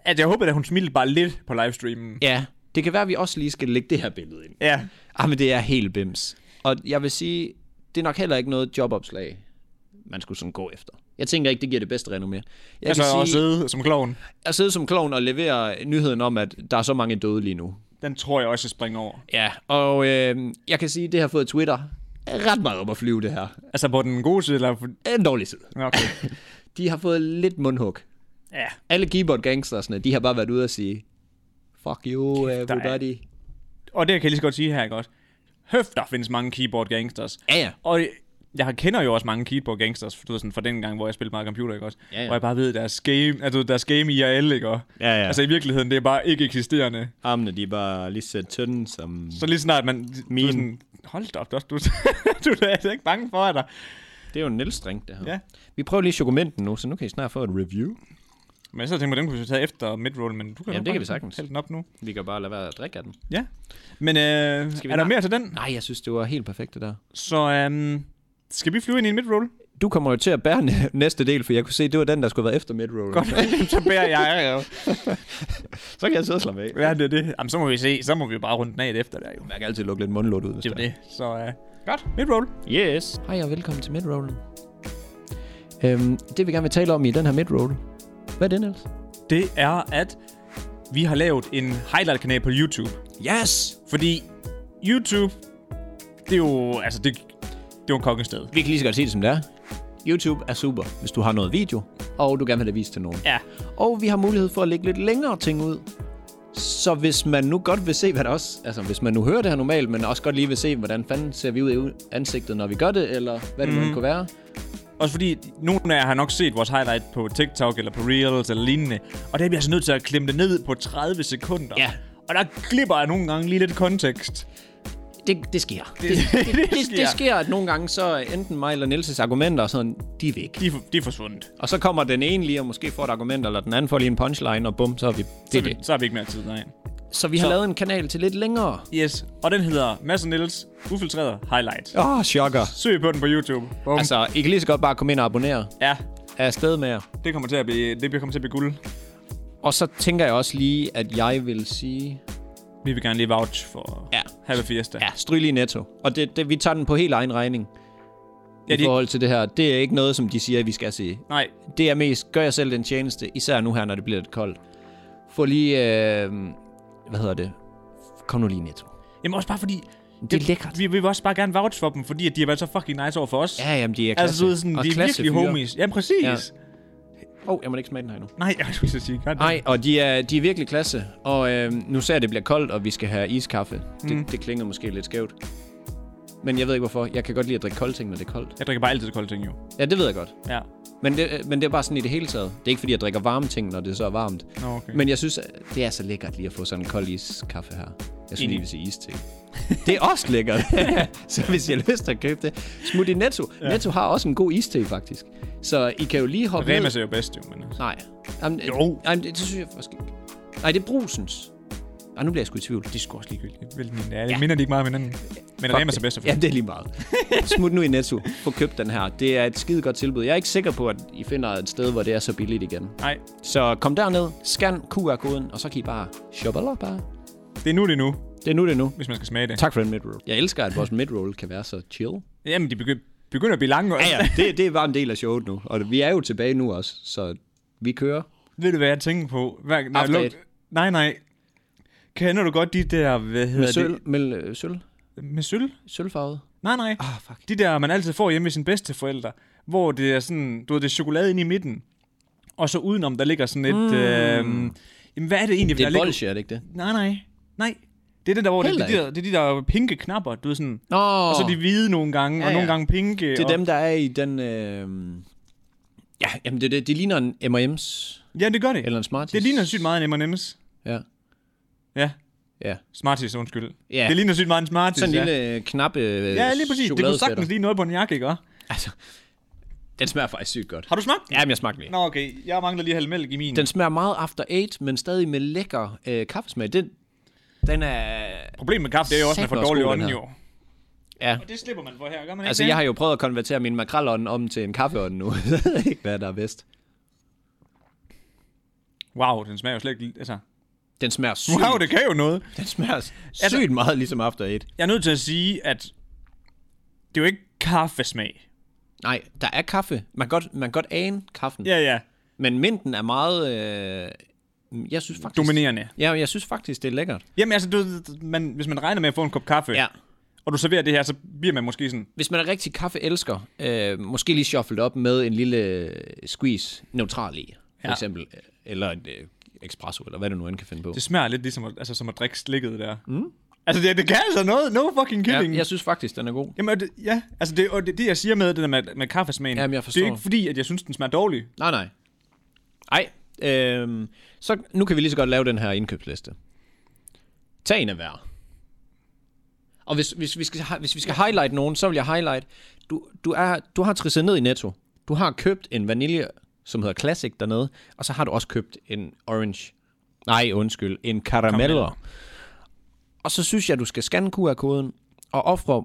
[SPEAKER 2] Altså, jeg håber, at hun smilte bare lidt på livestreamen.
[SPEAKER 3] Ja, det kan være, at vi også lige skal lægge det her billede ind.
[SPEAKER 2] Ja.
[SPEAKER 3] Ah, men det er helt bims. Og jeg vil sige, det er nok heller ikke noget jobopslag, man skulle sådan gå efter. Jeg tænker ikke, det giver det bedste renommé. Jeg
[SPEAKER 2] Jeg altså,
[SPEAKER 3] kan
[SPEAKER 2] at
[SPEAKER 3] sige,
[SPEAKER 2] sidde som kloven.
[SPEAKER 3] at sidde som klovn og levere nyheden om, at der er så mange døde lige nu.
[SPEAKER 2] Den tror jeg også, jeg springer over.
[SPEAKER 3] Ja, og øh, jeg kan sige, at det har fået Twitter ret meget op at flyve, det her.
[SPEAKER 2] Altså, på den gode side, eller...
[SPEAKER 3] En dårlig side. (laughs)
[SPEAKER 2] Okay.
[SPEAKER 3] De har fået lidt mundhug.
[SPEAKER 2] ja.
[SPEAKER 3] Alle keyboard gangstersne, de har bare været ude og sige, fuck you everybody.
[SPEAKER 2] Og det kan jeg lige så godt sige her, ikke også? Høfter findes mange keyboard gangsters.
[SPEAKER 3] Ja, ja.
[SPEAKER 2] Og jeg kender jo også mange keyboard gangsters, du ved, sådan fra den gang, hvor jeg spillede meget computer, ikke også?
[SPEAKER 3] Ja, ja.
[SPEAKER 2] Hvor jeg bare ved, deres game, altså deres game IRL, ikke også?
[SPEAKER 3] Ja, ja.
[SPEAKER 2] Altså i virkeligheden, det er bare ikke eksisterende.
[SPEAKER 3] Armene, de er bare lige så tynde som...
[SPEAKER 2] Så lige snart man... du
[SPEAKER 3] Min.
[SPEAKER 2] er Sådan, Hold da op, du, er- du, (laughs) er- du er altså ikke bange for, at der...
[SPEAKER 3] Det er jo en Niels-drink, det her.
[SPEAKER 2] Ja.
[SPEAKER 3] Vi prøver lige chokomenten nu, så nu kan I snart få et review.
[SPEAKER 2] Men jeg så tænkte på, den kunne vi tage efter midroll, men du kan
[SPEAKER 3] Jamen,
[SPEAKER 2] jo
[SPEAKER 3] det kan
[SPEAKER 2] bare
[SPEAKER 3] vi sagtens.
[SPEAKER 2] hælde den op nu.
[SPEAKER 3] Vi kan bare lade være at drikke af den.
[SPEAKER 2] Ja. Men øh,
[SPEAKER 3] Skal vi
[SPEAKER 2] er der
[SPEAKER 3] have-
[SPEAKER 2] mere til den?
[SPEAKER 3] Nej, jeg synes, det var helt perfekt, det der.
[SPEAKER 2] Så øhm, skal vi flyve ind i en midroll? (laughs)
[SPEAKER 3] Du kommer jo til at bære næ- næste del, for jeg kunne se, det var den, der skulle være efter midroll.
[SPEAKER 2] Godt, så bærer jeg jo.
[SPEAKER 3] Så kan jeg sidde og slappe af.
[SPEAKER 2] Ja, det er det. Jamen, så må vi se. Så må vi jo bare runde den af efter der, jo.
[SPEAKER 3] Jeg kan altid lukke lidt mundlort ud, hvis
[SPEAKER 2] Det er jo det. Så øh, godt. Midroll.
[SPEAKER 3] Yes. Hej og velkommen til midrollen. Øhm, det vi gerne vil tale om i den her midroll. Hvad er det, Niels?
[SPEAKER 2] Det er, at vi har lavet en highlight-kanal på YouTube.
[SPEAKER 3] Yes!
[SPEAKER 2] Fordi YouTube, det er jo... Altså, det, det er jo en kongested.
[SPEAKER 3] Vi kan lige så godt sige det, som det er. YouTube er super, hvis du har noget video, og du gerne vil have det vist til nogen.
[SPEAKER 2] Ja.
[SPEAKER 3] Og vi har mulighed for at lægge lidt længere ting ud. Så hvis man nu godt vil se, hvad der også... Altså, hvis man nu hører det her normalt, men også godt lige vil se, hvordan fanden ser vi ud i u- ansigtet, når vi gør det, eller hvad det mm. nu end kunne være.
[SPEAKER 2] Også fordi nogle af jer har nok set vores highlight på TikTok eller på Reels eller lignende. Og der bliver jeg så altså nødt til at klemme det ned på 30 sekunder.
[SPEAKER 3] Ja.
[SPEAKER 2] Og der glipper jeg nogle gange lige lidt kontekst.
[SPEAKER 3] Det, det sker. Det, (laughs)
[SPEAKER 2] det
[SPEAKER 3] det, det sker, at nogle gange så er enten mig eller Nielses argumenter og sådan, de er væk.
[SPEAKER 2] De, er fu- de er forsvundet.
[SPEAKER 3] Og så kommer den ene lige og måske får et argument, eller den anden får lige en punchline, og bum, så er vi... Det
[SPEAKER 2] Så,
[SPEAKER 3] er
[SPEAKER 2] er vi-
[SPEAKER 3] det.
[SPEAKER 2] så har vi ikke mere tid, nej.
[SPEAKER 3] Så vi har lavet en kanal til lidt længere.
[SPEAKER 2] Yes, og den hedder Mads og Niels Ufiltreret Highlight.
[SPEAKER 3] Åh, oh, chokker.
[SPEAKER 2] Søg på den på YouTube. Bum. Altså.
[SPEAKER 3] Altså, I kan lige så godt bare komme ind og abonnere.
[SPEAKER 2] Ja,
[SPEAKER 3] Er afsted med jer.
[SPEAKER 2] det kommer til at blive, det bliver kommer til at blive guld.
[SPEAKER 3] Og så tænker jeg også lige, at jeg vil sige...
[SPEAKER 2] Vi vil gerne lige vouch for
[SPEAKER 3] Ja.
[SPEAKER 2] Happy Fiesta.
[SPEAKER 3] Ja, stryg lige netto. Og det, det, vi tager den på helt egen regning ja,
[SPEAKER 2] Ja,
[SPEAKER 3] i
[SPEAKER 2] de-
[SPEAKER 3] forhold til det her. Det er ikke noget, som de siger, at vi skal sige.
[SPEAKER 2] Nej,
[SPEAKER 3] Det er mest, gør jeg selv den tjeneste, især nu her, når det bliver lidt koldt. Få lige, øh, hvad hedder det? Kom nu lige i netto.
[SPEAKER 2] Jamen også bare fordi...
[SPEAKER 3] Det er lækkert.
[SPEAKER 2] Vi, vi vil også bare gerne vouch for dem, fordi at de har været så fucking nice over for os.
[SPEAKER 3] Ja, jamen, de er klasse.
[SPEAKER 2] altså, du ved, sådan,
[SPEAKER 3] Og
[SPEAKER 2] de er
[SPEAKER 3] klasse
[SPEAKER 2] virkelig
[SPEAKER 3] fyre.
[SPEAKER 2] homies. Ja, præcis.
[SPEAKER 3] Ja.
[SPEAKER 2] Ja.
[SPEAKER 3] Åh, oh, jeg må ikke smage den her endnu.
[SPEAKER 2] Nej, jeg skulle så sige, gør det.
[SPEAKER 3] Nej, og de er, de er virkelig klasse. Og øh, nu ser jeg, at det bliver koldt, og vi skal have iskaffe. Mm. Det, det klinger måske lidt skævt. Men jeg ved ikke hvorfor. Jeg kan godt lide at drikke kolde ting, når det er koldt.
[SPEAKER 2] Jeg drikker bare altid kolde ting, jo.
[SPEAKER 3] Ja, det ved jeg godt.
[SPEAKER 2] Ja.
[SPEAKER 3] Men det, øh, men det er bare sådan i det hele taget. Det er ikke fordi, jeg drikker varme ting, når det så er varmt.
[SPEAKER 2] Nå, okay.
[SPEAKER 3] Men jeg synes, at det er så lækkert lige at få sådan en kold iskaffe her. Jeg synes
[SPEAKER 2] Enig.
[SPEAKER 3] lige, vi sige iste. Det er også lækkert. (laughs) så hvis jeg har lyst til at købe det, smut i Netto. Ja. Netto har også en god iste, faktisk. Så I kan jo lige hoppe ned.
[SPEAKER 2] Remas er jo bedst, jo. Men... altså.
[SPEAKER 3] Nej. Jamen,
[SPEAKER 2] Jo.
[SPEAKER 3] Nej, det, det synes jeg faktisk ikke. Nej, det er brusens. Ej, nu bliver jeg sgu i tvivl. Det er sgu også ligegyldigt.
[SPEAKER 2] Hvilken en det er. Det minder de ikke meget om hinanden. Men Remas er bedst,
[SPEAKER 3] Ja,
[SPEAKER 2] selvfølgelig.
[SPEAKER 3] det er lige meget. (laughs) Smut nu i Netto. Få købt den her. Det er et skide godt tilbud. Jeg er ikke sikker på, at I finder et sted, hvor det er så billigt igen.
[SPEAKER 2] Nej,
[SPEAKER 3] Så kom derned, scan QR-koden, og så kan I bare shoppe eller bare.
[SPEAKER 2] det er nu, det er nu,
[SPEAKER 3] Det er nu, det er nu.
[SPEAKER 2] hvis man skal smage det.
[SPEAKER 3] Tak for den midroll. Jeg elsker, at vores midroll kan være så chill.
[SPEAKER 2] Jamen, de begy- begynder at blive lange. også.
[SPEAKER 3] det, det er bare en del af showet nu. Og vi er jo tilbage nu også, så vi kører.
[SPEAKER 2] (laughs) Ved du, hvad jeg tænker på? Hver, når jeg
[SPEAKER 3] After
[SPEAKER 2] lugter- Nej, nej. Kender du godt de der, hvad hedder
[SPEAKER 3] Med sølv, med, øh, sølv,
[SPEAKER 2] det? Med sølv?
[SPEAKER 3] sølvfarvet.
[SPEAKER 2] Nej, nej.
[SPEAKER 3] Ah, fuck.
[SPEAKER 2] De der, man altid får hjemme ved sine bedsteforældre, hvor det er sådan, du ved, det er chokolade inde i midten, og så udenom, der ligger sådan et, mm. øh, jamen hvad er det egentlig,
[SPEAKER 3] Det
[SPEAKER 2] der
[SPEAKER 3] er
[SPEAKER 2] ligger?
[SPEAKER 3] bolsje, er det ikke det?
[SPEAKER 2] Nej, nej, nej. Det er det der, hvor det, det,
[SPEAKER 3] Heller
[SPEAKER 2] er de der, det er de der pinke knapper, du ved sådan,
[SPEAKER 3] Nå,
[SPEAKER 2] og så er de hvide nogle gange, ja,
[SPEAKER 3] Ja,
[SPEAKER 2] og nogle
[SPEAKER 3] ja.
[SPEAKER 2] gange pinke.
[SPEAKER 3] det er
[SPEAKER 2] og,
[SPEAKER 3] dem, der er i den... Øh... Ja, jamen det, det, de ligner en M&M's
[SPEAKER 2] Ja, det gør det.
[SPEAKER 3] eller en Smarties.
[SPEAKER 2] Det ligner sygt meget en M&M's.
[SPEAKER 3] Ja,
[SPEAKER 2] Ja,
[SPEAKER 3] ja.
[SPEAKER 2] Smarties, undskyld.
[SPEAKER 3] Ja.
[SPEAKER 2] Det ligner sygt meget en Smarties,
[SPEAKER 3] Sådan en
[SPEAKER 2] ja.
[SPEAKER 3] lille øh, knap øh,
[SPEAKER 2] Ja, lige præcis. Det kunne sagtens
[SPEAKER 3] chokoladefætter.
[SPEAKER 2] lige noget på en jakke, ikke? også?
[SPEAKER 3] Altså, den smager faktisk sygt godt.
[SPEAKER 2] Har du smagt den?
[SPEAKER 3] Jamen, jeg smagte lige.
[SPEAKER 2] Nå, okay. Jeg mangler lige at hælde mælk i min.
[SPEAKER 3] Den smager meget After Eight, men stadig med lækker øh, kaffesmag. Den, den er...
[SPEAKER 2] Problemet med kaffe, det er jo også, at man
[SPEAKER 3] Satan,
[SPEAKER 2] får
[SPEAKER 3] også
[SPEAKER 2] dårlig
[SPEAKER 3] god,
[SPEAKER 2] ånd,
[SPEAKER 3] den her.
[SPEAKER 2] jo.
[SPEAKER 3] Ja,
[SPEAKER 2] Og det slipper man for her, gør man ikke
[SPEAKER 3] altså
[SPEAKER 2] det?
[SPEAKER 3] jeg har jo prøvet at konvertere min makrelånd om til en kaffeånd nu. (laughs) Jeg ved ikke, hvad der er bedst.
[SPEAKER 2] Wow, den smager jo slet ikke... li- Altså,
[SPEAKER 3] Den smager sygt.
[SPEAKER 2] wow, Altså- det kan jo noget.
[SPEAKER 3] Den
[SPEAKER 2] (laughs)
[SPEAKER 3] smager sygt meget ligesom After Eight.
[SPEAKER 2] Jeg er nødt til at sige, at det er jo ikke kaffesmag.
[SPEAKER 3] Nej, der er kaffe. Man kan godt, man kan godt ane kaffen.
[SPEAKER 2] Ja, ja.
[SPEAKER 3] Men minten er meget... Øh, jeg synes faktisk...
[SPEAKER 2] Dominerende.
[SPEAKER 3] Ja, jeg synes faktisk, det er lækkert.
[SPEAKER 2] Jamen altså, du, ved, man, hvis man regner med at få en kop kaffe,
[SPEAKER 3] Ja.
[SPEAKER 2] og du serverer det her, så bliver man måske sådan...
[SPEAKER 3] Hvis man er rigtig kaffeelsker, øh, måske lige shufflet op med en lille øh, squeeze neutral i, for ja.
[SPEAKER 2] Ja.
[SPEAKER 3] eksempel. Eller en øh, espresso, eller hvad du nu end kan finde på.
[SPEAKER 2] Det smager lidt ligesom at, altså, som at drikke slikket der. Mm. Altså, det, det kan altså noget. No fucking kidding.
[SPEAKER 3] ja, jeg synes faktisk, den er god.
[SPEAKER 2] Jamen, og det, ja, altså det, og det, det, jeg siger med det der med, med kaffesmagen,
[SPEAKER 3] Jamen, jeg
[SPEAKER 2] det
[SPEAKER 3] forstår.
[SPEAKER 2] er ikke fordi, at jeg synes, den smager dårlig.
[SPEAKER 3] Nej, nej. Ej, øh, så nu kan vi lige så godt lave den her indkøbsliste. Tag en af hver. Og hvis, hvis, vi skal, hi- hvis vi skal highlight nogen, så vil jeg highlight, du, du, er, du har trisset ned i Netto. Du har købt en vanilje, som hedder Classic dernede, og så har du også købt en orange. Nej, undskyld, en karameller. Og så synes jeg, du skal scanne QR-koden og ofre,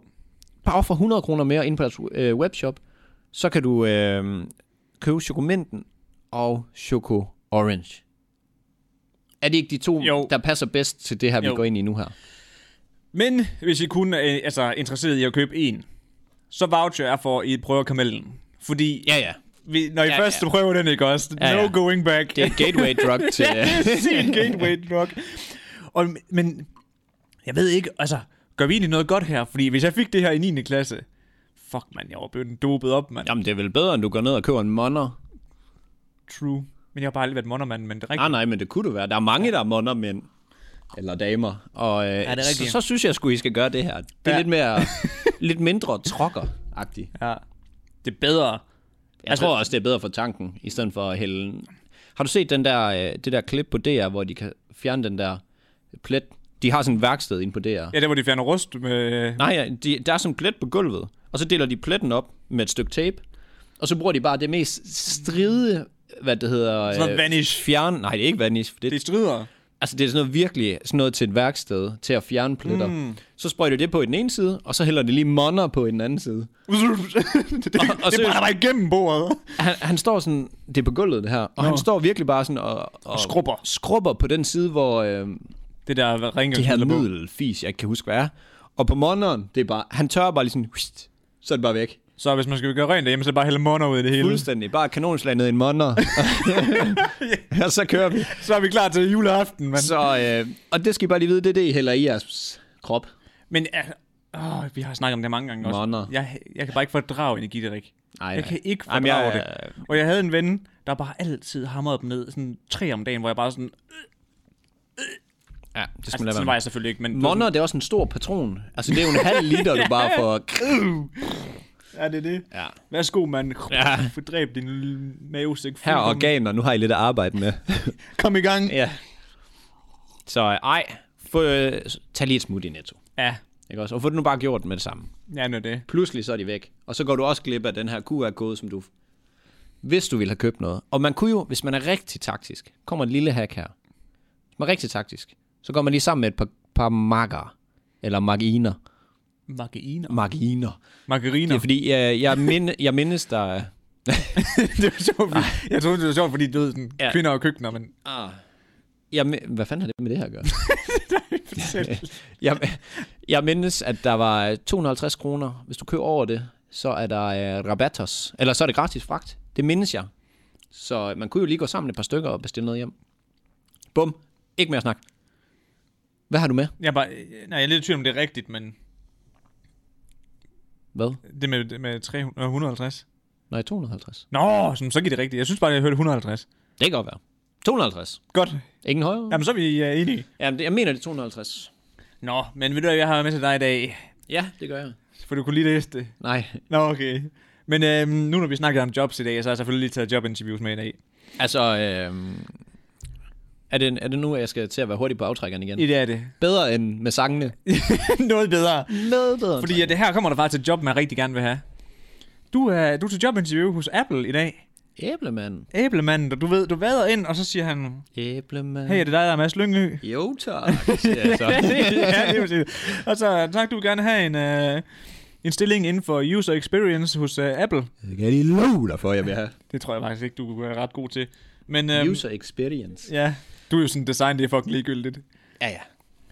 [SPEAKER 3] bare ofre 100 kroner mere ind på deres øh, webshop. Så kan du øh, købe chokominten og choco orange. Er det ikke de to,
[SPEAKER 2] Jo.
[SPEAKER 3] der passer bedst til det her, vi
[SPEAKER 2] Jo.
[SPEAKER 3] går ind i nu her?
[SPEAKER 2] Men hvis I kun er øh, altså, interesseret i at købe en, så voucher jeg for, at I prøver kamellen. Fordi
[SPEAKER 3] Ja, ja.
[SPEAKER 2] vi, når I
[SPEAKER 3] Ja,
[SPEAKER 2] ja, først
[SPEAKER 3] ja.
[SPEAKER 2] ja. prøver den, ikke også?
[SPEAKER 3] Ja,
[SPEAKER 2] Ja,
[SPEAKER 3] ja.
[SPEAKER 2] No going back.
[SPEAKER 3] Det er et gateway drug (laughs) til...
[SPEAKER 2] (laughs)
[SPEAKER 3] øh,
[SPEAKER 2] det er en gateway drug. Og, men jeg ved ikke, altså, gør vi egentlig noget godt her? Fordi hvis jeg fik det her i 9. klasse, fuck mand, jeg var blevet dopet op, mand.
[SPEAKER 3] Jamen, det er vel bedre, end du går ned og køber en monner.
[SPEAKER 2] True. Men jeg har bare aldrig været monormand, men det er rigtigt.
[SPEAKER 3] Ah, Nej, nej, men det kunne du være. Der er mange, der er monnermænd. eller damer. Og øh, ja,
[SPEAKER 2] det er
[SPEAKER 3] så,
[SPEAKER 2] rigtigt.
[SPEAKER 3] så synes jeg sgu, I skal gøre det her.
[SPEAKER 2] Ja.
[SPEAKER 3] Det er ja. lidt, (laughs) mere, lidt mindre trokker-agtigt.
[SPEAKER 2] Ja. Det er bedre.
[SPEAKER 3] Jeg altså, tror også, det er bedre for tanken, i stedet for at hælde... Har du set den der, øh, det der klip på DR, hvor de kan fjerne den der plet? De har sådan et værksted inde på DR. Ja.
[SPEAKER 2] Ja, der hvor de fjerner rust med...
[SPEAKER 3] Nej, ja, de, der er sådan en plet på gulvet, og så deler de pletten op med et stykke tape, og så bruger de bare det mest stride, hvad det hedder... øh,
[SPEAKER 2] Sådan noget vanish.
[SPEAKER 3] Fjern, nej, det er ikke vanish. for Det,
[SPEAKER 2] Det er
[SPEAKER 3] (laughs) det,
[SPEAKER 2] strider.
[SPEAKER 3] altså, det er sådan noget virkelig sådan noget til et værksted, til at fjerne pletter. Mm. Så sprøjter de det på i den ene side, og så hælder de lige monner på i den anden side.
[SPEAKER 2] det, det,
[SPEAKER 3] og
[SPEAKER 2] det
[SPEAKER 3] seriøst.
[SPEAKER 2] brænder bare igennem bordet.
[SPEAKER 3] Han, han står sådan, det er på gulvet det her, og Nå. han står virkelig bare sådan og, og
[SPEAKER 2] skrubber.
[SPEAKER 3] skrubber på den side, hvor øh,
[SPEAKER 2] Det der ringer
[SPEAKER 3] det her middelfis, jeg ikke kan huske hvad er. Og på moneren, det er bare, han tør bare lige sådan, whist, så er det bare væk.
[SPEAKER 2] Så hvis man skal gøre rent derhjemme, så er det bare hælde måneder ud i det hele.
[SPEAKER 3] Fuldstændig, bare kanonslag ned i en (laughs) moner. og så kører vi.
[SPEAKER 2] Så er vi klar til juleaften, mand.
[SPEAKER 3] Så, øh, og det skal I bare lige vide, det er det, I hælder i jeres krop.
[SPEAKER 2] Men ja, åh, vi har snakket om det mange gange også.
[SPEAKER 3] Måneder.
[SPEAKER 2] Jeg, jeg kan bare ikke fordrage energidrik.
[SPEAKER 3] Nej,
[SPEAKER 2] Jeg
[SPEAKER 3] nej.
[SPEAKER 2] kan ikke
[SPEAKER 3] Jamen,
[SPEAKER 2] fordrage
[SPEAKER 3] jeg-
[SPEAKER 2] det. Og jeg havde en ven, der bare altid hamrede dem ned. Sådan tre om dagen, hvor jeg bare sådan...
[SPEAKER 3] Ja, det skal
[SPEAKER 2] Altså,
[SPEAKER 3] man lade
[SPEAKER 2] sådan var
[SPEAKER 3] være.
[SPEAKER 2] jeg selvfølgelig ikke, men...
[SPEAKER 3] Monner, det er også en stor patron. Altså, det er jo en halv liter, du bare får...
[SPEAKER 2] Ja, det er det.
[SPEAKER 3] (laughs) Ja.
[SPEAKER 2] Værsgo, mand.
[SPEAKER 3] Ja.
[SPEAKER 2] Fordræb din lille mavesæk.
[SPEAKER 3] Her er organer, nu har I lidt at arbejde med.
[SPEAKER 2] Kom i gang.
[SPEAKER 3] (laughs) Ja. Så øh, ej, få, øh, tag lige et smut i Netto.
[SPEAKER 2] Ja,
[SPEAKER 3] Ikke også? Og få det nu bare gjort med det samme.
[SPEAKER 2] ja nu er det.
[SPEAKER 3] Pludselig så er de væk. Og så går du også glip af den her QR-kode, som du... Hvis du ville have købt noget. Og man kunne jo, hvis man er rigtig taktisk, kommer et lille hack her. Hvis man er rigtig taktisk, så går man lige sammen med et par, par makker. Eller marginer.
[SPEAKER 2] Margariner.
[SPEAKER 3] Marginer.
[SPEAKER 2] Margariner.
[SPEAKER 3] Det er fordi, jeg, jeg, minde, jeg mindes, der...
[SPEAKER 2] det var sjovt, fordi, (laughs) jeg troede, det var sjovt, fordi du ved sådan, ja.
[SPEAKER 3] Ja.
[SPEAKER 2] kvinder og køkkener, men
[SPEAKER 3] Ah. Jeg, min- hvad fanden har det med (laughs) det her at gøre? jeg, jeg mindes, at der var øh, 250 kroner. Hvis du køber over det, så er der uh, rabattos. Eller så er det gratis fragt. Det mindes jeg. Så man kunne jo lige gå sammen et par stykker og bestille noget hjem. Bum. Ikke mere snak. Hvad har du med?
[SPEAKER 2] jeg er, bare, nej, jeg er lidt i tvivl om, det er rigtigt, men
[SPEAKER 3] Hvad?
[SPEAKER 2] det med, det med øh, 300, 150.
[SPEAKER 3] Nej, 250.
[SPEAKER 2] Nå, sådan, så giver det rigtigt. Jeg synes bare, jeg hørte 150.
[SPEAKER 3] Det kan godt være. 250.
[SPEAKER 2] Godt.
[SPEAKER 3] Ingen højere?
[SPEAKER 2] Jamen, så er vi uh, enige.
[SPEAKER 3] Jamen, det- jeg mener, det er 250.
[SPEAKER 2] Nå, men ved du hvad, jeg har med til dig i dag,
[SPEAKER 3] Ja, det gør jeg.
[SPEAKER 2] for du kunne lige læse det.
[SPEAKER 3] Nej,
[SPEAKER 2] Nå, okay. Men øhm, nu når vi snakker om jobs i dag, så har jeg selvfølgelig lige taget jobinterviews med i dag.
[SPEAKER 3] altså... Øh, er, det, er det nu, at jeg skal til at være hurtig på aftrækkeren igen?
[SPEAKER 2] I det er (laughs) det.
[SPEAKER 3] Bedre end med sangene.
[SPEAKER 2] Noget bedre.
[SPEAKER 3] Noget bedre.
[SPEAKER 2] Fordi ja, det her kommer der faktisk et job, man rigtig gerne vil have. Du er, du er til jobinterview hos Apple i dag.
[SPEAKER 3] Æblemand.
[SPEAKER 2] Æblemanden, og du ved, du vader ind, og så siger han,
[SPEAKER 3] Æblemand.
[SPEAKER 2] hey, er det dig, der er Mads Lyngø?
[SPEAKER 3] Jo, (laughs) tak. siger jeg
[SPEAKER 2] (laughs)
[SPEAKER 3] så.
[SPEAKER 2] ja, det er præcis. Og så tak, du vil gerne have en, øh, en stilling inden for user experience hos øh, Apple.
[SPEAKER 3] Det kan jeg lige love dig for, jeg vil have.
[SPEAKER 2] Det tror jeg faktisk ikke, du er ret god til. Men øhm,
[SPEAKER 3] User experience.
[SPEAKER 2] ja, du er jo sådan design, det er fucking ligegyldigt.
[SPEAKER 3] Ja, ja.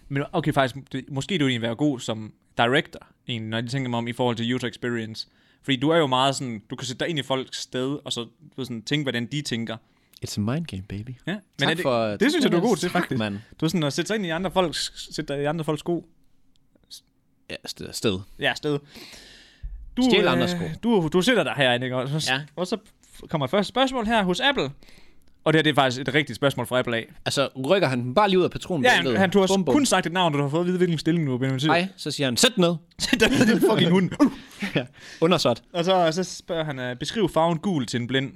[SPEAKER 2] Men okay, faktisk, det, måske du egentlig være god som director, egentlig, når jeg lige tænker mig om i forhold til user experience. Fordi du er jo meget sådan, du kan sætte dig ind i folks sted, og så du ved, sådan, tænke, hvordan de tænker.
[SPEAKER 3] It's a mind game, baby.
[SPEAKER 2] Ja, men
[SPEAKER 3] Tak
[SPEAKER 2] er det,
[SPEAKER 3] for-
[SPEAKER 2] det synes jeg, du er god til,
[SPEAKER 3] tak,
[SPEAKER 2] faktisk.
[SPEAKER 3] mand.
[SPEAKER 2] Du er sådan at sætte sig ind i andre folks, sætte dig i andre folks sko.
[SPEAKER 3] Ja, sted. sted.
[SPEAKER 2] Ja, sted. Du, øh,
[SPEAKER 3] Stjæl andres sko.
[SPEAKER 2] Du, du sætter dig herinde, ikke? Og så,
[SPEAKER 3] Ja.
[SPEAKER 2] og så kommer første spørgsmål her hos Apple. Og det her det er faktisk et rigtigt spørgsmål fra Apple af.
[SPEAKER 3] Altså, rykker han den bare lige ud af patronen?
[SPEAKER 2] Ja, han, han du har kun sagt et navn, og du har fået at vide, hvilken stilling du er blevet til.
[SPEAKER 3] Hej, så siger han, sæt ned. (laughs)
[SPEAKER 2] Den lille fucking hund.
[SPEAKER 3] Undersåt.
[SPEAKER 2] (laughs) og så, så spørger han, øh, beskriv farven gul til en blind.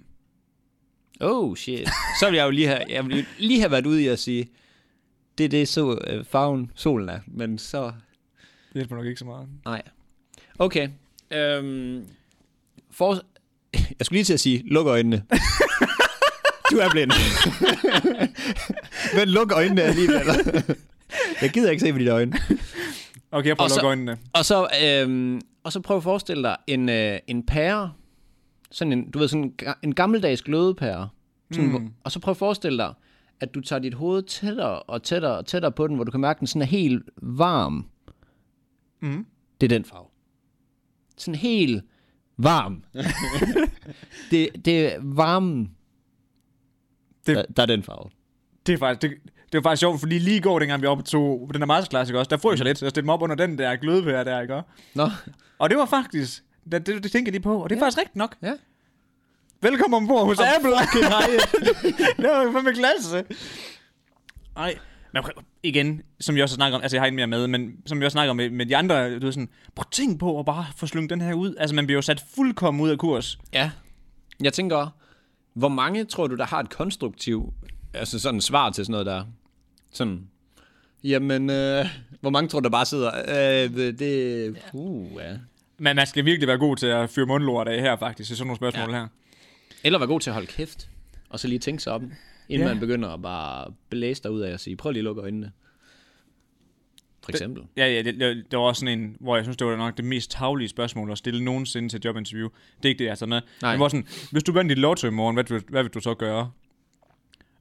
[SPEAKER 3] Oh, shit. Så vil jeg jo lige have, jeg vil jo lige have været ude i at sige, det er det, så øh, farven solen er. Men så,
[SPEAKER 2] Det hjælper nok ikke så meget.
[SPEAKER 3] nej. Okay. Øhm, for... Jeg skulle lige til at sige, luk øjnene. (laughs) Du er blind. (laughs) Men luk øjnene alligevel. Jeg gider ikke se på dine øjne.
[SPEAKER 2] Okay, jeg prøver
[SPEAKER 3] Og
[SPEAKER 2] at
[SPEAKER 3] så-
[SPEAKER 2] lukke øjnene.
[SPEAKER 3] Og så, øhm, og så prøv at forestille dig en, øh, en pære. Sådan en, du ved, sådan en, ga- en gammeldags glødepære. Sådan, mm. Og så prøv at forestille dig, at du tager dit hoved tættere og tættere og tættere på den, hvor du kan mærke, at den sådan er helt varm.
[SPEAKER 2] Mm.
[SPEAKER 3] Det er den farve. Sådan helt (laughs) varm. det, det er varmen,
[SPEAKER 2] Det-
[SPEAKER 3] det... Der, der er den farve.
[SPEAKER 2] Det er faktisk, det, det var faktisk sjovt, fordi lige i går, dengang vi var oppe to, den der masterclass, ikke også, der frøs jeg lidt, så jeg stillede mig op under den der glødepære der, ikke også?
[SPEAKER 3] Nå,
[SPEAKER 2] Og det var faktisk, det, det, det tænker jeg lige på, og det er ja. faktisk rigtigt nok.
[SPEAKER 3] ja.
[SPEAKER 2] Velkommen ombord hos Apple. (laughs)
[SPEAKER 3] nej.
[SPEAKER 2] det var jo fandme klasse. Nej, men prøv, igen, som jeg også snakker om, altså jeg har ikke mere med, men som jeg også snakker om med, med de andre, du er sådan, prøv at tænk på at bare få slynget den her ud. Altså man bliver jo sat fuldkommen ud af kurs.
[SPEAKER 3] Ja. Jeg tænker, hvor mange tror du, der har et konstruktiv altså sådan svar til sådan noget der? Sådan, jamen, øh, hvor mange tror du, der bare sidder, øh, det, uh, ja.
[SPEAKER 2] Men man skal virkelig være god til at fyre mundlort af her faktisk, i sådan nogle spørgsmål ja. her.
[SPEAKER 3] Eller være god til at holde kæft, og så lige tænke sig om, inden
[SPEAKER 2] Ja.
[SPEAKER 3] ja. man begynder at bare blæse dig ud af og sige, prøv lige at lukke øjnene. For eksempel.
[SPEAKER 2] Ja, ja, det, det, det var også sådan en, hvor jeg synes, det var nok det mest tavlige spørgsmål at stille nogensinde til et jobinterview. Det er ikke det, jeg har taget med.
[SPEAKER 3] Nej.
[SPEAKER 2] Men hvor sådan, hvis du vandt i lotto i morgen, hvad, vil- hvad vil du så gøre?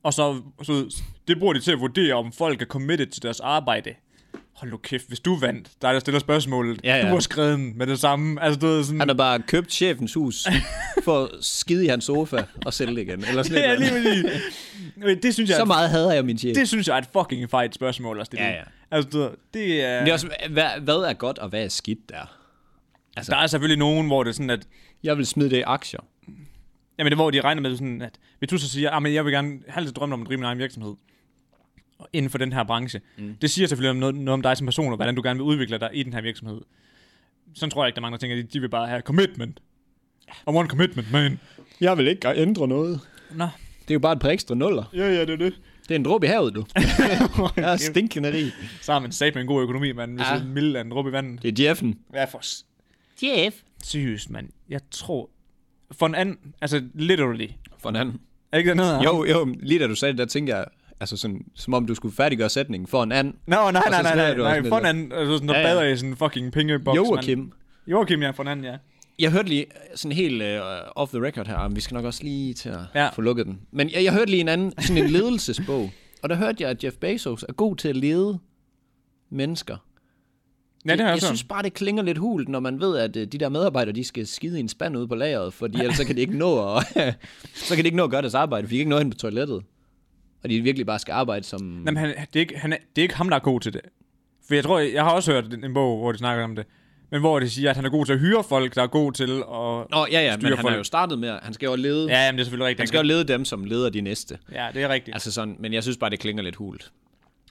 [SPEAKER 2] Og så, så, det bruger de til at vurdere, om folk er committed til deres arbejde. Hold nu kæft, hvis du vandt, der er der stiller spørgsmålet.
[SPEAKER 3] Ja, ja.
[SPEAKER 2] Du har skrevet den med det samme. Altså, du ved, sådan,
[SPEAKER 3] Han har bare købt chefens hus for at skide i hans sofa og sælge det igen. Eller (laughs) sådan
[SPEAKER 2] (laughs) ja,
[SPEAKER 3] noget.
[SPEAKER 2] lige præcis. Men det synes jeg,
[SPEAKER 3] Så meget hader jeg min chef.
[SPEAKER 2] det synes jeg er et fucking fejt spørgsmål at stille.
[SPEAKER 3] Ja, ja.
[SPEAKER 2] Altså, du ved, det er...
[SPEAKER 3] Men det er også, hvad, hvad er godt, og hvad er skidt der?
[SPEAKER 2] Der er selvfølgelig nogen, hvor det er sådan, at
[SPEAKER 3] Jeg vil smide det i aktier.
[SPEAKER 2] Jamen, det var, hvor de regner med sådan, at hvis du så siger, at jeg vil gerne have lidt drømt om at drive min egen virksomhed og inden for den her branche. Mm. Det siger selvfølgelig om noget, noget om dig som person, og hvordan du gerne vil udvikle dig i den her virksomhed. Sådan tror jeg ikke, der er mange, der tænker, at de- de vil bare have commitment. I want commitment, man.
[SPEAKER 3] Jeg vil ikke ændre noget.
[SPEAKER 2] Nå,
[SPEAKER 3] Det er jo bare et par ekstra nuller.
[SPEAKER 2] ja, ja, det er det.
[SPEAKER 3] Det er en dråbe i havet, du. jeg er stinkende rig.
[SPEAKER 2] Så har man sat med en god økonomi, mand, hvis
[SPEAKER 3] Ja.
[SPEAKER 2] ja. en mild er en dråbe i vandet.
[SPEAKER 3] Det er Jeffen.
[SPEAKER 2] Hvad for s-
[SPEAKER 1] Jeff.
[SPEAKER 2] seriøst, mand. Jeg tror... For en anden, altså literally.
[SPEAKER 3] For en anden.
[SPEAKER 2] Er ikke det noget?
[SPEAKER 3] Jo, jo, lige da du sagde det, der tænkte jeg, altså sådan, som om du skulle færdiggøre sætningen for en anden.
[SPEAKER 2] Nå, nej,
[SPEAKER 3] Altså, så
[SPEAKER 2] nej, nej,
[SPEAKER 3] smider
[SPEAKER 2] nej,
[SPEAKER 3] du
[SPEAKER 2] nej,
[SPEAKER 3] også
[SPEAKER 2] for en
[SPEAKER 3] lidt.
[SPEAKER 2] anden, altså sådan, der
[SPEAKER 3] Ja,
[SPEAKER 2] ja,
[SPEAKER 3] ja.
[SPEAKER 2] ja. bader i sådan en fucking pengeboks,
[SPEAKER 3] Joachim.
[SPEAKER 2] Joachim, ja, for en anden, ja.
[SPEAKER 3] Jeg hørte lige sådan helt uh, off the record her, men vi skal nok også lige til at ja.
[SPEAKER 2] Ja.
[SPEAKER 3] få lukket den. Men jeg, jeg hørte lige en anden, sådan en ledelsesbog, og der hørte jeg, at Jeff Bezos er god til at lede mennesker.
[SPEAKER 2] Ja, det har jeg,
[SPEAKER 3] jeg
[SPEAKER 2] også hørt.
[SPEAKER 3] synes bare, det klinger lidt hult, når man ved, at øh, de der medarbejdere, de skal skide i en spand ude på lageret, fordi ellers så kan de ikke nå at, (laughs) så kan de ikke nå at gøre deres arbejde, for de kan ikke nå hen på toilettet. Og de virkelig bare skal arbejde som...
[SPEAKER 2] Jamen, han, det, er ikke, han er, det er ikke ham, der er god til det. For jeg tror, jeg, jeg har også hørt en, en bog, hvor de snakker om det. Men hvor de siger, at han er god til at hyre folk, der er god til at...
[SPEAKER 3] Nå, ja, ja, men
[SPEAKER 2] styrer
[SPEAKER 3] han har
[SPEAKER 2] folk.
[SPEAKER 3] jo startet med, at han skal jo lede, ja,
[SPEAKER 2] Ja, jamen, det er selvfølgelig rigtigt.
[SPEAKER 3] han skal jo lede dem, som leder de næste.
[SPEAKER 2] Ja, det er rigtigt.
[SPEAKER 3] Altså sådan, men jeg synes bare, det klinger lidt hult.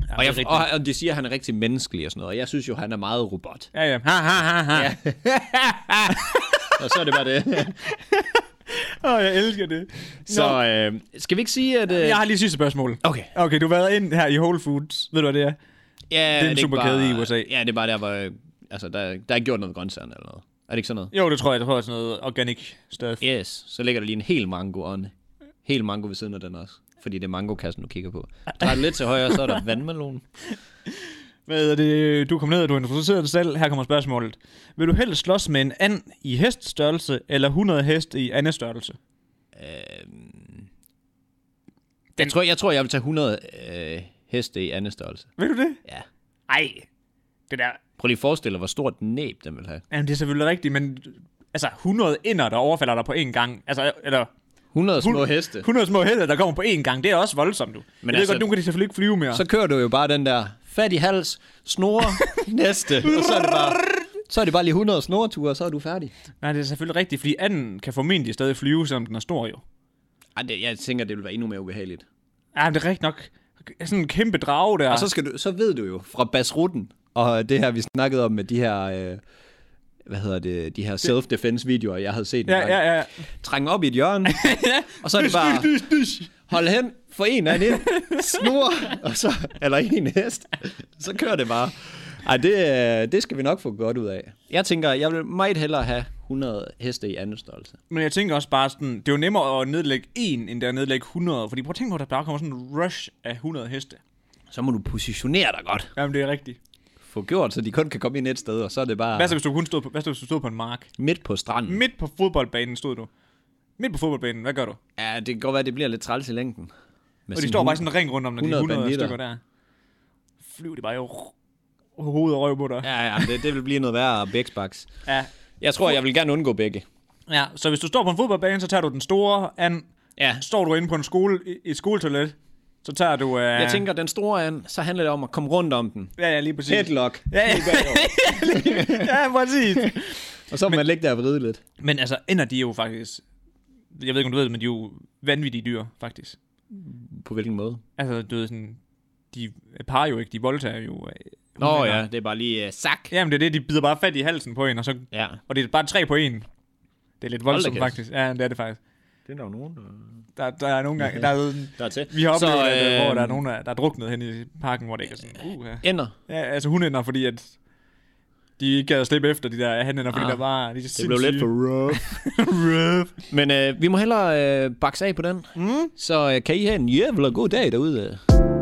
[SPEAKER 2] ja,
[SPEAKER 3] Og,
[SPEAKER 2] det er
[SPEAKER 3] jeg,
[SPEAKER 2] rigtigt.
[SPEAKER 3] og, og de siger, at han er rigtig menneskelig og sådan noget, og jeg synes jo, han er meget robot.
[SPEAKER 2] Ja, ja. Ha, ha, ha, ha. Ja.
[SPEAKER 3] Og så er det (laughs) bare det.
[SPEAKER 2] (laughs) Åh, jeg elsker det. Så,
[SPEAKER 3] så øh, skal vi ikke sige, at... Øh,
[SPEAKER 2] jeg har lige sidste spørgsmål.
[SPEAKER 3] Okay.
[SPEAKER 2] Okay, du har været ind her i Whole Foods. Ved du, hvad det er?
[SPEAKER 3] Ja,
[SPEAKER 2] en
[SPEAKER 3] ikke
[SPEAKER 2] superkæde
[SPEAKER 3] bare-
[SPEAKER 2] i USA.
[SPEAKER 3] Ja, det er bare der, hvor øh, altså, der, der er gjort noget med grøntsagerne eller noget. Er det ikke sådan noget?
[SPEAKER 2] Jo, det tror jeg. Det tror jeg er sådan noget organic stuff.
[SPEAKER 3] Yes, så ligger der lige en hel mango on. Helt mango ved siden af den også. Fordi det er mangokassen, du kigger på. Drej lidt til højre, så er der vandmelon.
[SPEAKER 2] Hvad er det? Du kom ned, og du introducerede dig selv. Her kommer spørgsmålet. Vil du helst slås med en and i heststørrelse, eller 100 hest i andestørrelse?
[SPEAKER 3] Øhm, Jeg tror, jeg, tror, jeg vil tage 100 øh, heste i anden størrelse.
[SPEAKER 2] Vil du det?
[SPEAKER 3] Ja.
[SPEAKER 2] Ej, det der...
[SPEAKER 3] Prøv lige at forestille dig, hvor stort næb den vil have.
[SPEAKER 2] Jamen, det er selvfølgelig rigtigt, men altså 100 ender, der overfalder dig på én gang. Altså, eller
[SPEAKER 3] 100 små
[SPEAKER 2] Hund-
[SPEAKER 3] heste.
[SPEAKER 2] 100 små heller, der kommer på én gang. Det er også voldsomt, du. Men jeg altså,
[SPEAKER 3] altså-
[SPEAKER 2] ved godt, nu kan de selvfølgelig ikke flyve mere.
[SPEAKER 3] Så kører du jo bare den der fat i hals, (laughs) snore, næste. Og så er det bare, så er det bare lige 100 snoreture, og så er du færdig.
[SPEAKER 2] Nej, det er selvfølgelig rigtigt, fordi anden kan formentlig stadig flyve, selvom den er stor jo.
[SPEAKER 3] Ej, det, jeg tænker, det vil være endnu mere ubehageligt.
[SPEAKER 2] Ja, men det er rigtigt nok. Sådan en kæmpe drage der.
[SPEAKER 3] Og så, skal du, så ved du jo fra basrutten, og det her, vi snakkede om med de her, øh, hvad hedder det, de her self-defense-videoer, jeg havde set.
[SPEAKER 2] Ja,
[SPEAKER 3] engang.
[SPEAKER 2] ja, ja.
[SPEAKER 3] Trænge op i et
[SPEAKER 2] (laughs)
[SPEAKER 3] hjørne, og så er det bare, hold hen, få en af ind, snur, og så, eller en hest, så kører det bare. Ej, det, øh, det skal vi nok få godt ud af. Jeg tænker, jeg vil meget hellere have 100 heste i anden størrelse.
[SPEAKER 2] Men jeg tænker også bare sådan, det er jo nemmere at nedlægge en, end det er at nedlægge 100. Fordi prøv at tænke på, at der bare kommer sådan en rush af 100 heste.
[SPEAKER 3] Så må du positionere dig godt.
[SPEAKER 2] Jamen, det er rigtigt.
[SPEAKER 3] Få gjort, så de kun kan komme ind et sted, og så er det bare
[SPEAKER 2] Hvad så, hvis du kun stod på, hvad så, hvis du stod på en mark?
[SPEAKER 3] midt på stranden.
[SPEAKER 2] Midt på fodboldbanen stod du. Midt på fodboldbanen, hvad gør du?
[SPEAKER 3] Ja, det kan godt være, det bliver lidt træls i længden.
[SPEAKER 2] Og de
[SPEAKER 3] Med sådan
[SPEAKER 2] står
[SPEAKER 3] en
[SPEAKER 2] bare sådan en ring rundt om, når de
[SPEAKER 3] 100
[SPEAKER 2] 100 Altså, banditter.
[SPEAKER 3] banditter.
[SPEAKER 2] stykker der. Flyver de bare jo hovedet og røv på dig. Ja.
[SPEAKER 3] Ja, ja, det, det vil blive noget værre bæksbaks.
[SPEAKER 2] ja.
[SPEAKER 3] Jeg tror, jeg vil gerne undgå begge.
[SPEAKER 2] Ja, så hvis du står på en fodboldbane, så tager du den store an.
[SPEAKER 3] Ja.
[SPEAKER 2] Står du inde på en skole, i i et skoletoilet, så tager du... Uh...
[SPEAKER 3] Jeg tænker, den store an, så handler det om at komme rundt om den.
[SPEAKER 2] Ja, ja, lige præcis.
[SPEAKER 3] Headlock.
[SPEAKER 2] Ja, ja, (laughs) ja, præcis.
[SPEAKER 3] Og så må man ligge der og vride lidt.
[SPEAKER 2] Men altså, ender de er jo faktisk... Jeg ved ikke, om du ved det, men de er jo vanvittige dyr, faktisk.
[SPEAKER 3] På hvilken måde?
[SPEAKER 2] Altså, du ved sådan... de parer jo ikke, de voldtager jo. øh,
[SPEAKER 3] Nå
[SPEAKER 2] hundinger.
[SPEAKER 3] ja, det er bare lige uh, sak.
[SPEAKER 2] Jamen det er det, de bider bare fat i halsen på en, og, så,
[SPEAKER 3] Ja.
[SPEAKER 2] og det er bare tre på en. Det er lidt voldsomt
[SPEAKER 3] kæft.
[SPEAKER 2] faktisk. Ja, det er det faktisk.
[SPEAKER 3] Det er der jo nogen,
[SPEAKER 2] Der, der er nogle gange, der er,
[SPEAKER 3] der er til.
[SPEAKER 2] vi har oplevet, så, øh,
[SPEAKER 3] øh,
[SPEAKER 2] hvor der er nogen, der, der er druknet hen i parken, hvor det ikke er sådan, uh, ja.
[SPEAKER 3] Ender.
[SPEAKER 2] ja. altså hun ender, fordi at de ikke gad at slippe efter de der hanænder, fordi
[SPEAKER 3] Ah,
[SPEAKER 2] der var... De
[SPEAKER 3] Det blev lidt for (laughs) rough.
[SPEAKER 2] rough.
[SPEAKER 3] Men øh, vi må hellere øh, bakse af på den. Mm. Så øh, kan I have en jævla god dag derude. øh.